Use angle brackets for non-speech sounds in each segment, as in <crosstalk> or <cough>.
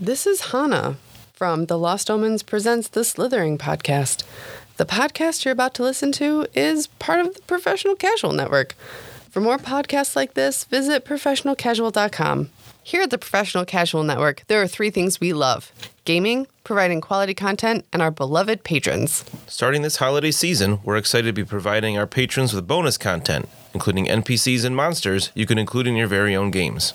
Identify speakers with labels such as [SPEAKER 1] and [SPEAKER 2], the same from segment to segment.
[SPEAKER 1] This is Hannah from the Lost Omens Presents the Slithering Podcast. The podcast you're about to listen to is part of the Professional Casual Network. For more podcasts like this, visit professionalcasual.com. Here at the Professional Casual Network, there are three things we love gaming, providing quality content, and our beloved patrons.
[SPEAKER 2] Starting this holiday season, we're excited to be providing our patrons with bonus content, including NPCs and monsters you can include in your very own games.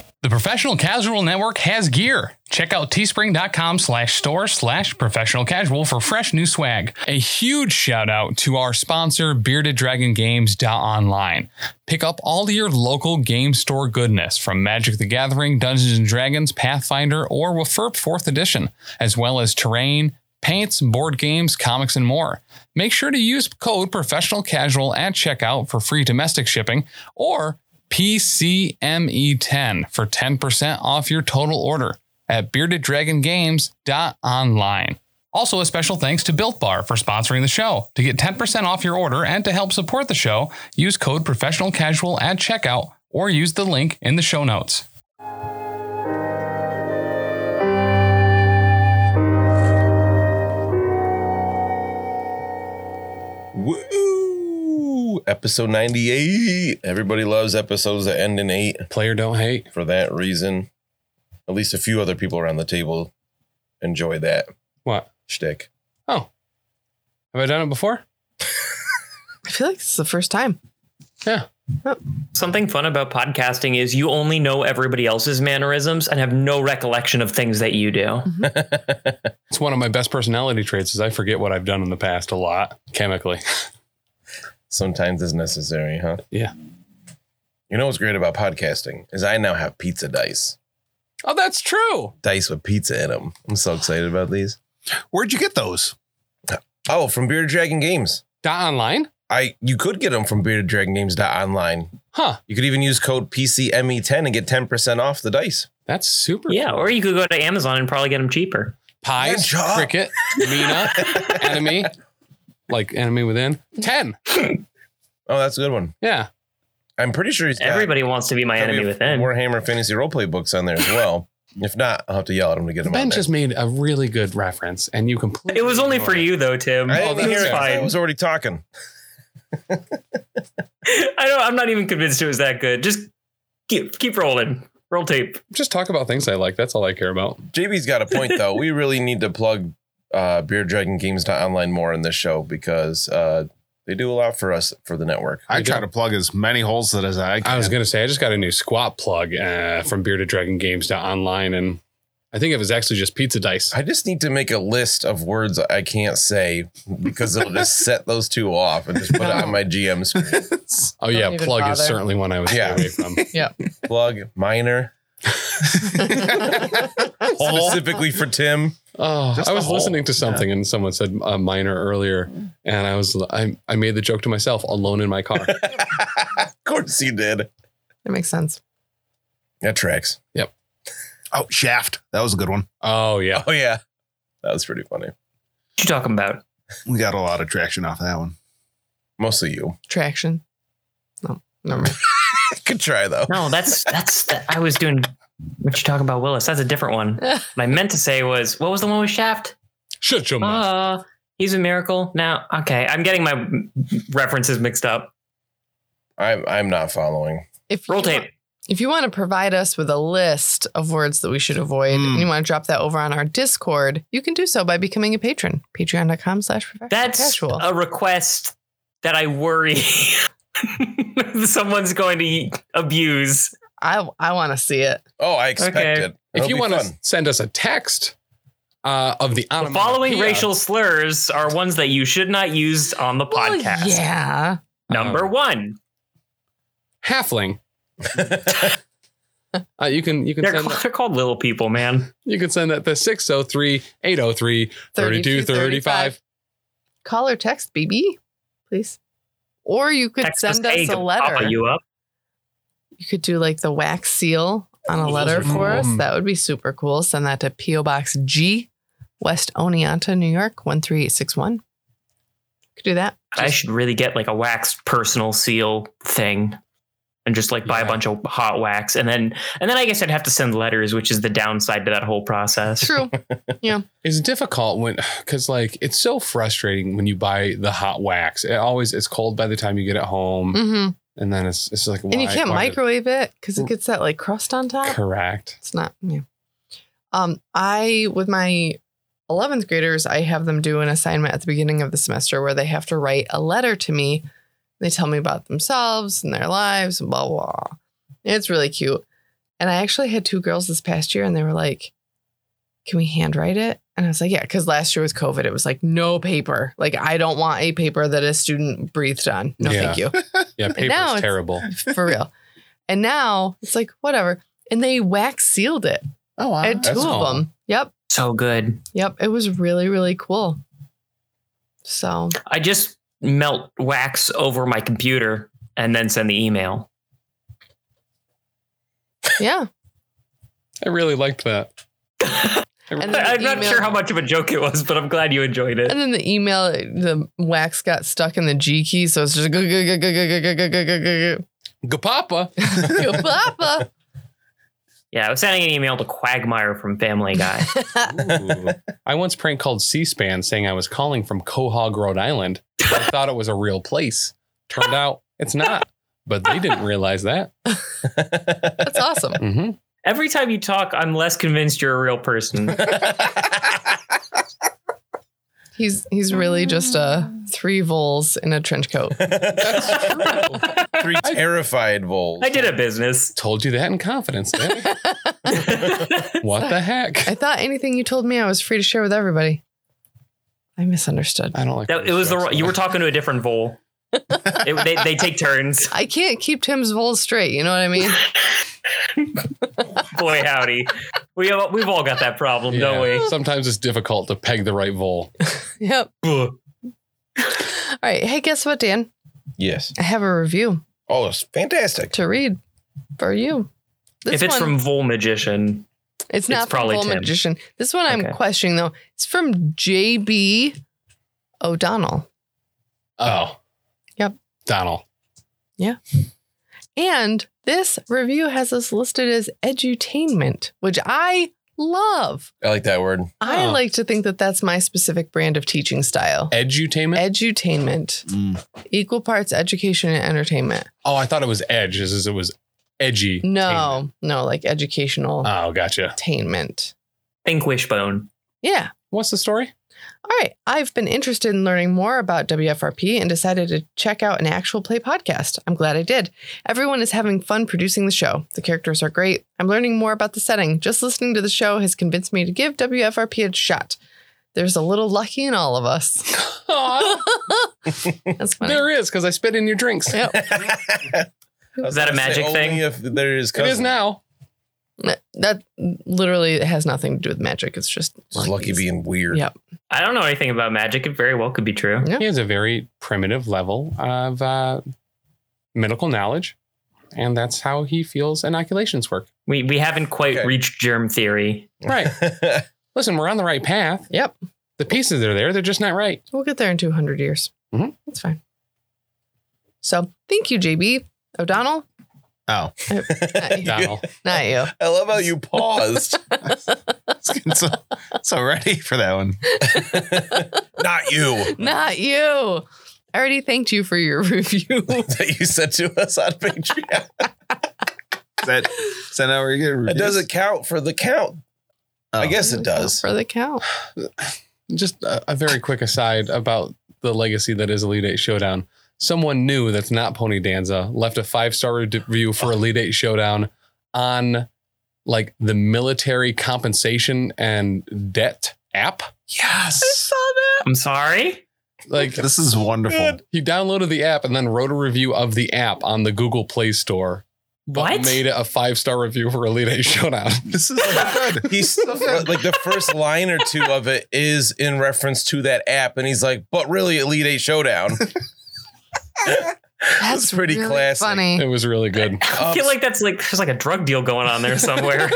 [SPEAKER 3] The Professional Casual Network has gear. Check out teespring.com slash store slash professional casual for fresh new swag. A huge shout out to our sponsor, Bearded Dragon Games Online. Pick up all your local game store goodness from Magic the Gathering, Dungeons and Dragons, Pathfinder, or Wafurp 4th Edition, as well as terrain, paints, board games, comics, and more. Make sure to use code professional casual at checkout for free domestic shipping or PCME10 E for 10% off your total order at beardeddragongames.online. Also, a special thanks to Built Bar for sponsoring the show. To get 10% off your order and to help support the show, use code Professional Casual at checkout or use the link in the show notes.
[SPEAKER 2] Woo! Episode 98. Everybody loves episodes that end in eight
[SPEAKER 4] Player don't hate.
[SPEAKER 2] for that reason. At least a few other people around the table enjoy that
[SPEAKER 4] What?
[SPEAKER 2] shtick.
[SPEAKER 4] Oh. Have I done it before?
[SPEAKER 1] I feel like this is the first time.
[SPEAKER 4] Yeah.
[SPEAKER 5] Something fun about podcasting is you only know everybody else's mannerisms and have no recollection of things that you do.
[SPEAKER 4] It's one of my best personality traits is I forget what I've done in the past a lot, chemically. <laughs>
[SPEAKER 2] Sometimes it's necessary, huh?
[SPEAKER 4] Yeah.
[SPEAKER 2] You know what's great about podcasting is I now have pizza dice.
[SPEAKER 4] Oh, that's true.
[SPEAKER 2] Dice with pizza in them. I'm so excited about these.
[SPEAKER 6] Where'd you get those?
[SPEAKER 2] Oh, from Bearded Dragon Games.
[SPEAKER 4] Dot online?
[SPEAKER 2] I you could get them from beardeddragongames.online.
[SPEAKER 4] Huh.
[SPEAKER 2] You could even use code PCME10 and E get 10% off the dice.
[SPEAKER 4] That's super.
[SPEAKER 5] Yeah, or you could go to Amazon and probably get them cheaper.
[SPEAKER 4] Pies,
[SPEAKER 2] Good job.
[SPEAKER 4] cricket, Mina, enemy, like enemy within. Ten.
[SPEAKER 2] Oh, that's a good one.
[SPEAKER 4] Yeah.
[SPEAKER 2] I'm pretty sure he's got
[SPEAKER 5] Everybody wants to be my
[SPEAKER 2] plenty
[SPEAKER 5] enemy
[SPEAKER 2] of
[SPEAKER 5] within.
[SPEAKER 2] Warhammer Fantasy Roleplay books on there as well. if not, I'll have to yell at him to get them.
[SPEAKER 4] Ben
[SPEAKER 2] on there.
[SPEAKER 4] just made a really good reference and you completely.
[SPEAKER 5] It was only for
[SPEAKER 4] ignored it.
[SPEAKER 5] you though, Tim.
[SPEAKER 2] I
[SPEAKER 4] Oh,
[SPEAKER 2] didn't hear
[SPEAKER 5] It's
[SPEAKER 2] it. 'cause I
[SPEAKER 5] fine.
[SPEAKER 2] was already talking.
[SPEAKER 5] <laughs> I don't, I'm not even convinced it was that good. Just keep keep rolling. Roll tape.
[SPEAKER 4] Just talk about things I like. That's all I care about.
[SPEAKER 2] JB's got a point though. we really need to plug uh, Beer Dragon Games online more in this show because uh, they do a lot for us for the network.
[SPEAKER 6] I
[SPEAKER 4] You
[SPEAKER 6] try
[SPEAKER 4] got-
[SPEAKER 6] to plug as many holes that as I can.
[SPEAKER 4] I was going to say, I just got a new squat plug uh, from Bearded Dragon Games online. And I think it was actually just pizza dice.
[SPEAKER 2] I just need to make a list of words I can't say because it'll just set those two off and just put it on my GM screen.
[SPEAKER 4] Oh, yeah.
[SPEAKER 1] Don't even
[SPEAKER 4] Plug
[SPEAKER 1] bother.
[SPEAKER 4] is certainly one I would
[SPEAKER 2] Yeah.
[SPEAKER 4] stay away from.
[SPEAKER 2] Plug minor specifically for Tim.
[SPEAKER 4] Oh,
[SPEAKER 6] Just
[SPEAKER 4] I
[SPEAKER 6] a
[SPEAKER 4] was
[SPEAKER 6] hole.
[SPEAKER 4] listening to something and someone said uh, minor earlier, and I was I, I made the joke to myself alone in
[SPEAKER 2] <laughs>
[SPEAKER 4] my car.
[SPEAKER 2] Of course he did.
[SPEAKER 1] That makes sense.
[SPEAKER 2] That tracks.
[SPEAKER 6] Oh, Shaft. That was a good one.
[SPEAKER 4] oh yeah,
[SPEAKER 2] Oh yeah, that was pretty funny.
[SPEAKER 5] What you talking about?
[SPEAKER 6] We got a lot of traction off that one.
[SPEAKER 2] Mostly you.
[SPEAKER 1] Traction. No, never mind.
[SPEAKER 2] Could try though.
[SPEAKER 5] No, that's that's that I was doing what you talking about, Willis. That's a different one. what I meant to say was what was the one with Shaft?
[SPEAKER 4] shut your mouth.
[SPEAKER 5] Uh he's a miracle. Now okay, I'm getting my references mixed up.
[SPEAKER 2] I'm I'm not following.
[SPEAKER 1] If
[SPEAKER 5] Roll
[SPEAKER 1] you
[SPEAKER 5] tape.
[SPEAKER 1] want- If you want to provide us with a list of words that we should avoid
[SPEAKER 6] Mm.
[SPEAKER 1] and you want to drop that over on our Discord, you can do so by becoming a patron. Patreon.com slash professional
[SPEAKER 5] That's
[SPEAKER 1] casual.
[SPEAKER 5] a request that I worry <laughs> someone's going to abuse.
[SPEAKER 1] I, I want to see it.
[SPEAKER 2] Oh, I expect
[SPEAKER 5] Okay.
[SPEAKER 2] it.
[SPEAKER 4] if
[SPEAKER 2] It'll
[SPEAKER 4] you
[SPEAKER 2] be
[SPEAKER 4] want to
[SPEAKER 2] fun.
[SPEAKER 4] send us a text uh, of the,
[SPEAKER 5] The following
[SPEAKER 4] onomatopoeia-
[SPEAKER 5] racial slurs are ones that you should not use on the
[SPEAKER 1] Well,
[SPEAKER 5] podcast.
[SPEAKER 1] yeah.
[SPEAKER 5] Number
[SPEAKER 4] Um,
[SPEAKER 5] one,
[SPEAKER 4] halfling, uh, you can you can
[SPEAKER 5] they're,
[SPEAKER 4] send
[SPEAKER 5] called,
[SPEAKER 4] that,
[SPEAKER 5] they're called little people, man.
[SPEAKER 4] you can send that the 603-803-3235.
[SPEAKER 1] Call or text, BB, please. Or you could
[SPEAKER 5] Text
[SPEAKER 1] send
[SPEAKER 5] hey,
[SPEAKER 1] us a
[SPEAKER 5] gonna
[SPEAKER 1] letter.
[SPEAKER 5] pop
[SPEAKER 1] You.
[SPEAKER 5] You up.
[SPEAKER 1] could do like the wax seal on a
[SPEAKER 6] Those
[SPEAKER 1] letter
[SPEAKER 6] are
[SPEAKER 1] for
[SPEAKER 6] cool.
[SPEAKER 1] us, that would be super cool. Send that to P.O. Box G, West Oneonta, New York, 13861. Could do that.
[SPEAKER 5] I should really get like a wax personal seal thing and just like buy
[SPEAKER 4] Yeah.
[SPEAKER 5] a bunch of hot wax and then and then I guess I'd have to send letters, which is the downside to that whole process.
[SPEAKER 1] True.
[SPEAKER 4] It's difficult when because like it's so frustrating when you buy the hot wax. It always it's cold by the time you get it home,
[SPEAKER 1] hmm
[SPEAKER 4] and then it's it's like
[SPEAKER 1] And you
[SPEAKER 4] Mm-hmm. why-
[SPEAKER 1] can't
[SPEAKER 4] why-
[SPEAKER 1] microwave it because it gets that like crust on top.
[SPEAKER 4] Correct.
[SPEAKER 1] It's not. Yeah. Um, I with my 11th graders, I have them do an assignment at the beginning of the semester where they have to write a letter to me. They tell me about themselves and their lives and blah blah. blah. It's really cute. And I actually had two girls this past year, and they were like, "Can we handwrite it?" And I was like, "Yeah," because last year was COVID. It was like no paper. Like I don't want a paper that a student breathed on. No,
[SPEAKER 4] Yeah.
[SPEAKER 1] thank you <laughs>
[SPEAKER 4] Yeah,
[SPEAKER 1] now
[SPEAKER 4] paper's
[SPEAKER 1] it's-
[SPEAKER 4] terrible.
[SPEAKER 1] for real. And now it's like whatever. And they wax sealed it.
[SPEAKER 6] Oh, wow.
[SPEAKER 1] I had two
[SPEAKER 4] That's cool.
[SPEAKER 1] of them. Yep.
[SPEAKER 5] So good.
[SPEAKER 1] Yep. It was really, really cool. So
[SPEAKER 5] I just melt wax over my computer and then send the email.
[SPEAKER 1] yeah.
[SPEAKER 4] I really liked
[SPEAKER 1] <laughs>
[SPEAKER 4] that.
[SPEAKER 1] And then the
[SPEAKER 5] I'm not
[SPEAKER 1] email-
[SPEAKER 5] sure how much of a joke it was, but I'm glad you enjoyed it.
[SPEAKER 1] And then the email, the wax got stuck in the G key, so it's just go go go go go go go go go go go.
[SPEAKER 4] Gapapa.
[SPEAKER 1] Yo, Papa.
[SPEAKER 5] Yeah, I was sending an email to Quagmire from
[SPEAKER 1] <laughs>
[SPEAKER 5] Family Guy.
[SPEAKER 4] Ooh. <laughs> I once prank called C-SPAN saying I was calling from Quahog, Rhode Island. I thought it was a real place. Turned out it's not. But they didn't realize that.
[SPEAKER 1] That's awesome.
[SPEAKER 4] hmm
[SPEAKER 5] Every time you talk, I'm less convinced you're a real person.
[SPEAKER 1] He's he's really just a three voles in a trench coat.
[SPEAKER 2] <laughs> Three terrified voles.
[SPEAKER 5] I did a
[SPEAKER 1] <laughs>
[SPEAKER 5] business.
[SPEAKER 4] Told you that in confidence. man.
[SPEAKER 5] <laughs>
[SPEAKER 4] what the heck?
[SPEAKER 1] I thought anything you told me I was free to share with everybody. I misunderstood.
[SPEAKER 4] I don't like.
[SPEAKER 5] That- it
[SPEAKER 4] those
[SPEAKER 5] was the
[SPEAKER 4] jokes,
[SPEAKER 5] wrong, you
[SPEAKER 4] though.
[SPEAKER 5] were talking to a different vole. It- they, they take turns.
[SPEAKER 1] I can't keep Tim's voles straight. You know what I mean? <laughs>
[SPEAKER 5] Boy howdy, we have, we've all got that problem, don't
[SPEAKER 4] Yeah.
[SPEAKER 5] we?
[SPEAKER 4] Sometimes it's difficult to peg the right vole.
[SPEAKER 1] yep. All right. Hey, guess what, Dan?
[SPEAKER 2] Yes.
[SPEAKER 1] I have a review
[SPEAKER 2] Oh, it's fantastic.
[SPEAKER 1] to read for you. This
[SPEAKER 5] if it's
[SPEAKER 1] one,
[SPEAKER 5] from Vole Magician,
[SPEAKER 1] it's not
[SPEAKER 5] it's probably
[SPEAKER 1] from Full
[SPEAKER 5] Tim.
[SPEAKER 1] Magician. This one I'm
[SPEAKER 5] Okay.
[SPEAKER 1] questioning though. It's from JB O'Donnell.
[SPEAKER 4] Oh.
[SPEAKER 1] Yep.
[SPEAKER 4] Donald.
[SPEAKER 1] And this review has us listed as edutainment, which I love.
[SPEAKER 2] I like that word.
[SPEAKER 1] I
[SPEAKER 4] Oh.
[SPEAKER 1] like to think that that's my specific brand of teaching style.
[SPEAKER 4] Edutainment.
[SPEAKER 1] Edutainment,
[SPEAKER 6] Mm.
[SPEAKER 1] equal parts education and entertainment.
[SPEAKER 4] oh, I thought it was edge. As is it was edgy.
[SPEAKER 1] No, no, like educational
[SPEAKER 5] Uh.
[SPEAKER 4] Oh, gotcha.
[SPEAKER 1] attainment.
[SPEAKER 5] think wishbone.
[SPEAKER 1] Yeah.
[SPEAKER 4] What's the story?
[SPEAKER 1] All right, I've been interested in learning more about WFRP and decided to check out an actual play podcast. I'm glad I did. Everyone is having fun producing the show. The characters are great. I'm learning more about the setting. Just listening to the show has convinced me to give WFRP a shot. There's a little lucky in all of us.
[SPEAKER 2] <laughs>
[SPEAKER 1] <laughs>
[SPEAKER 4] Aw,
[SPEAKER 1] That's funny.
[SPEAKER 4] there is because I spit in your drinks.
[SPEAKER 1] Yep.
[SPEAKER 5] Is that a magic thing?
[SPEAKER 2] Only if there is
[SPEAKER 4] It is
[SPEAKER 2] cousins.
[SPEAKER 4] now.
[SPEAKER 1] That literally has nothing to do with magic. It's just
[SPEAKER 2] Just lucky
[SPEAKER 1] luckies.
[SPEAKER 2] being weird.
[SPEAKER 1] Yeah.
[SPEAKER 5] I don't know anything about magic. It very well could be true.
[SPEAKER 1] Yeah.
[SPEAKER 4] He has a very primitive level of uh, medical knowledge, and that's how he feels inoculations work.
[SPEAKER 5] We we haven't quite
[SPEAKER 2] Okay.
[SPEAKER 5] reached germ theory.
[SPEAKER 2] <laughs>
[SPEAKER 4] Right. Listen, we're on the right path.
[SPEAKER 1] Yep.
[SPEAKER 4] The pieces are there. They're just
[SPEAKER 1] <laughs>
[SPEAKER 4] not right.
[SPEAKER 1] We'll get there in 200 years.
[SPEAKER 2] Mm-hmm.
[SPEAKER 4] Mhm.
[SPEAKER 1] That's fine. So thank you, JB O'Donnell.
[SPEAKER 6] Oh, <laughs>
[SPEAKER 4] Donald.
[SPEAKER 1] Not you.
[SPEAKER 2] I love
[SPEAKER 1] <laughs>
[SPEAKER 2] how you paused. <laughs>
[SPEAKER 6] so, so ready for that one.
[SPEAKER 2] Not you.
[SPEAKER 1] <laughs> Not you. I already thanked you for your <laughs> review.
[SPEAKER 2] That you sent to us on
[SPEAKER 5] <laughs>
[SPEAKER 2] Patreon.
[SPEAKER 6] Is that, is that how we're getting
[SPEAKER 2] It doesn't count for the count. I
[SPEAKER 6] Oh.
[SPEAKER 2] guess
[SPEAKER 1] <laughs>
[SPEAKER 2] it does.
[SPEAKER 1] for the
[SPEAKER 2] <laughs>
[SPEAKER 1] count.
[SPEAKER 4] just a, a very quick aside about the legacy that is Elite Eight Showdown. Someone new that's not Pony Danza left a five star review
[SPEAKER 1] Oh.
[SPEAKER 4] for Elite Eight Showdown on like the military compensation and debt app.
[SPEAKER 6] Yes.
[SPEAKER 5] I'm sorry.
[SPEAKER 4] Like
[SPEAKER 6] This is wonderful.
[SPEAKER 4] he downloaded the app and then wrote a review of the app on the Google Play Store. But
[SPEAKER 5] What?
[SPEAKER 4] made it a five star review for Elite Eight Showdown.
[SPEAKER 6] This is so <laughs> good.
[SPEAKER 2] He's like the first line or two of it is <laughs> in reference to that app, and he's like, "But really, Elite Eight Showdown."
[SPEAKER 1] That's
[SPEAKER 2] pretty
[SPEAKER 1] really
[SPEAKER 2] classic.
[SPEAKER 1] Funny.
[SPEAKER 2] <laughs>
[SPEAKER 4] It was really good.
[SPEAKER 5] <laughs> I feel like that's like there's like a drug deal going on
[SPEAKER 1] <laughs>
[SPEAKER 5] there somewhere.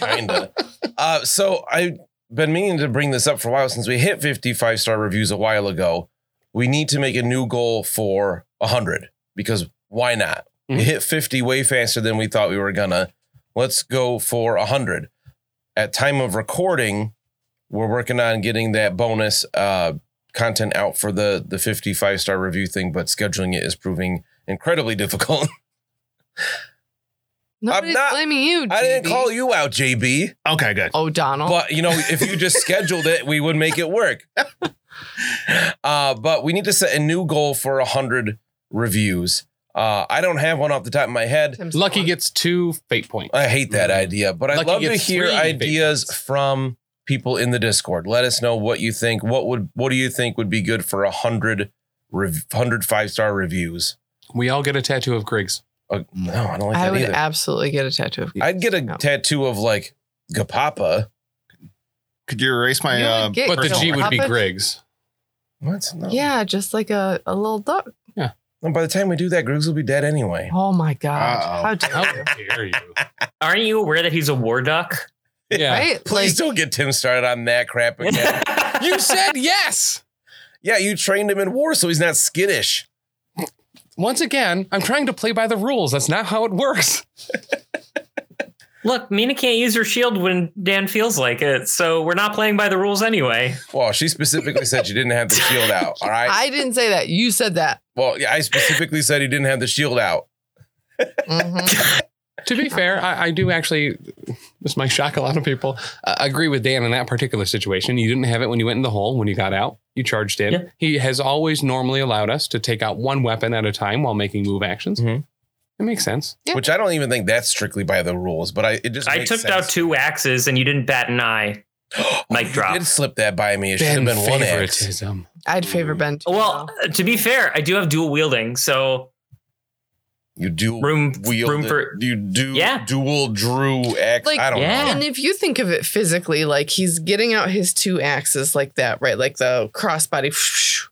[SPEAKER 2] kinda. Uh, so I've been meaning to bring this up for a while since we hit 55 star reviews a while ago. We need to make a new goal for 100 because why not?
[SPEAKER 4] Mhm.
[SPEAKER 2] We hit 50 way faster than we thought we were gonna. Let's go for 100. At time of recording, we're working on getting that bonus uh, content out for the the 55 star review thing, but scheduling it is proving incredibly <laughs> difficult.
[SPEAKER 1] Nobody's
[SPEAKER 2] not-
[SPEAKER 1] blaming you.
[SPEAKER 2] I didn't
[SPEAKER 1] JB.
[SPEAKER 2] call you out, JB.
[SPEAKER 6] Okay, good.
[SPEAKER 1] O'Donnell.
[SPEAKER 2] But you know, if you just scheduled it, we would make
[SPEAKER 1] <laughs>
[SPEAKER 2] it work. Uh, but we need to set a new goal for hundred reviews. Uh, I don't have one off the top of my head.
[SPEAKER 1] Tim's
[SPEAKER 4] Lucky
[SPEAKER 1] gone.
[SPEAKER 4] gets two fate points.
[SPEAKER 2] I hate
[SPEAKER 1] Mm-hmm.
[SPEAKER 2] that idea, but I'd
[SPEAKER 4] Lucky
[SPEAKER 2] love to
[SPEAKER 4] gets
[SPEAKER 2] hear
[SPEAKER 4] three big
[SPEAKER 2] ideas
[SPEAKER 4] ones.
[SPEAKER 2] from people in the Discord. Let us know what you think. What would what do you think would be good for a hundred rev- hundred five star reviews?
[SPEAKER 4] We all get a tattoo of Griggs.
[SPEAKER 2] Uh, no, I don't like
[SPEAKER 1] I
[SPEAKER 2] that
[SPEAKER 1] would
[SPEAKER 2] either.
[SPEAKER 1] absolutely get a tattoo. Of
[SPEAKER 2] I'd get a
[SPEAKER 1] No.
[SPEAKER 2] tattoo of like Gapapa.
[SPEAKER 6] Could you erase my?
[SPEAKER 1] You would
[SPEAKER 6] uh,
[SPEAKER 1] get
[SPEAKER 4] But the
[SPEAKER 1] Gil
[SPEAKER 4] G would be
[SPEAKER 1] Papa.
[SPEAKER 4] Griggs.
[SPEAKER 2] What? No.
[SPEAKER 1] Yeah, just like a, a little duck.
[SPEAKER 2] And by the time we do that, Griggs will be dead anyway.
[SPEAKER 1] Oh my god!
[SPEAKER 6] Uh-oh.
[SPEAKER 1] How dare
[SPEAKER 4] How
[SPEAKER 1] you?
[SPEAKER 4] dare you?
[SPEAKER 5] Aren't you aware that he's a war duck?
[SPEAKER 4] Yeah.
[SPEAKER 1] Right?
[SPEAKER 2] Please don't get Tim started on that crap
[SPEAKER 5] <laughs>
[SPEAKER 2] again.
[SPEAKER 4] You said yes.
[SPEAKER 2] yeah, you trained him in war, so he's not skittish.
[SPEAKER 4] Once again, I'm trying to play by the rules. That's not how it works.
[SPEAKER 5] Look, Mina can't use her shield when Dan feels like it, so we're not playing by the rules anyway.
[SPEAKER 2] Well, she specifically said you didn't have the shield out. All right.
[SPEAKER 1] I didn't say that. You said that.
[SPEAKER 2] well, yeah, I specifically said he didn't have the shield out. <laughs>
[SPEAKER 1] Mhm.
[SPEAKER 4] To be fair, I, I do actually, this might shock a lot of people, uh, agree with Dan in that particular situation. You didn't have it when you went in the hole, when you got out, you charged in.
[SPEAKER 5] Yeah.
[SPEAKER 4] He has always normally allowed us to take out one weapon at a time while making move actions.
[SPEAKER 2] Mhm.
[SPEAKER 4] It makes sense.
[SPEAKER 1] Yeah.
[SPEAKER 2] Which I don't even think that's strictly by the rules, but I it just
[SPEAKER 5] I
[SPEAKER 2] makes
[SPEAKER 5] took out
[SPEAKER 2] sense.
[SPEAKER 5] two axes and you didn't bat an eye. mic
[SPEAKER 2] You
[SPEAKER 5] drop.
[SPEAKER 2] did slip that by me. It should have been one X.
[SPEAKER 4] favoritism.
[SPEAKER 1] I'd favor Ben. too,
[SPEAKER 5] Well, uh,
[SPEAKER 1] though.
[SPEAKER 5] to be fair, I do have dual wielding, so
[SPEAKER 2] You do
[SPEAKER 5] room
[SPEAKER 2] wield
[SPEAKER 5] room
[SPEAKER 2] it.
[SPEAKER 5] for
[SPEAKER 2] you do
[SPEAKER 5] Yeah.
[SPEAKER 2] dual Drew X.
[SPEAKER 1] Like,
[SPEAKER 2] I don't
[SPEAKER 5] yeah.
[SPEAKER 2] know.
[SPEAKER 1] and if you think of it physically, like he's getting out his two axes like that, right? Like the crossbody. If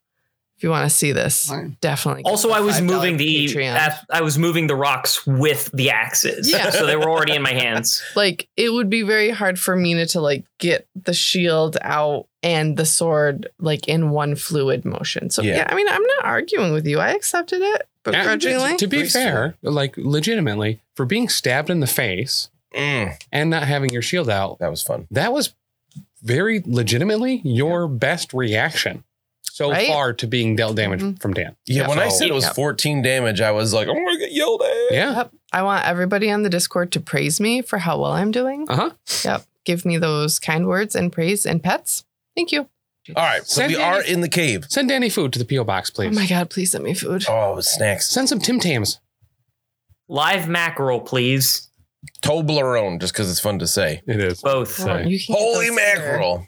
[SPEAKER 1] you want to see this,
[SPEAKER 4] Fine.
[SPEAKER 1] definitely. go
[SPEAKER 5] Also,
[SPEAKER 1] to
[SPEAKER 5] I was
[SPEAKER 1] $5
[SPEAKER 5] moving the
[SPEAKER 1] Patreon.
[SPEAKER 5] ath- I was moving the rocks with the axes,
[SPEAKER 1] Yeah.
[SPEAKER 5] so they were already in my hands.
[SPEAKER 1] like it would be very hard for Mina to like get the shield out and the sword like in one fluid motion. So
[SPEAKER 2] Yeah.
[SPEAKER 1] yeah, I mean, I'm not arguing with you. I accepted it
[SPEAKER 4] Yeah,
[SPEAKER 1] begrudgingly.
[SPEAKER 4] To be fair, like legitimately, for being stabbed in the face
[SPEAKER 2] Mm,
[SPEAKER 4] and not having your shield out,
[SPEAKER 2] that was fun.
[SPEAKER 4] that was very legitimately your best reaction so
[SPEAKER 1] Right?
[SPEAKER 4] far to being dealt damage
[SPEAKER 1] Mhm.
[SPEAKER 4] from Dan.
[SPEAKER 2] Yeah,
[SPEAKER 1] Yeah.
[SPEAKER 2] when I
[SPEAKER 4] So-
[SPEAKER 2] said it was
[SPEAKER 1] Yeah.
[SPEAKER 2] 14 damage, I was like, I'm gonna get yelled at.
[SPEAKER 4] Yeah.
[SPEAKER 1] Yep. I want everybody on the Discord to praise me for how well I'm doing.
[SPEAKER 4] Uh huh.
[SPEAKER 1] Yep. Give me those kind words and praise and pets. Thank you. Oh
[SPEAKER 2] All right, so
[SPEAKER 4] Send
[SPEAKER 2] we
[SPEAKER 4] me
[SPEAKER 2] are
[SPEAKER 4] this-
[SPEAKER 2] in the cave.
[SPEAKER 4] Send Danny food to the P.O. box,
[SPEAKER 1] Oh
[SPEAKER 4] please.
[SPEAKER 1] my God, please send me food.
[SPEAKER 2] Oh, snacks.
[SPEAKER 4] Send some Tim Tams.
[SPEAKER 5] Live mackerel, please.
[SPEAKER 2] Toblerone, just because it's fun to say.
[SPEAKER 4] It is.
[SPEAKER 5] Both.
[SPEAKER 1] Well, you can get
[SPEAKER 2] Holy
[SPEAKER 1] those here.
[SPEAKER 2] mackerel.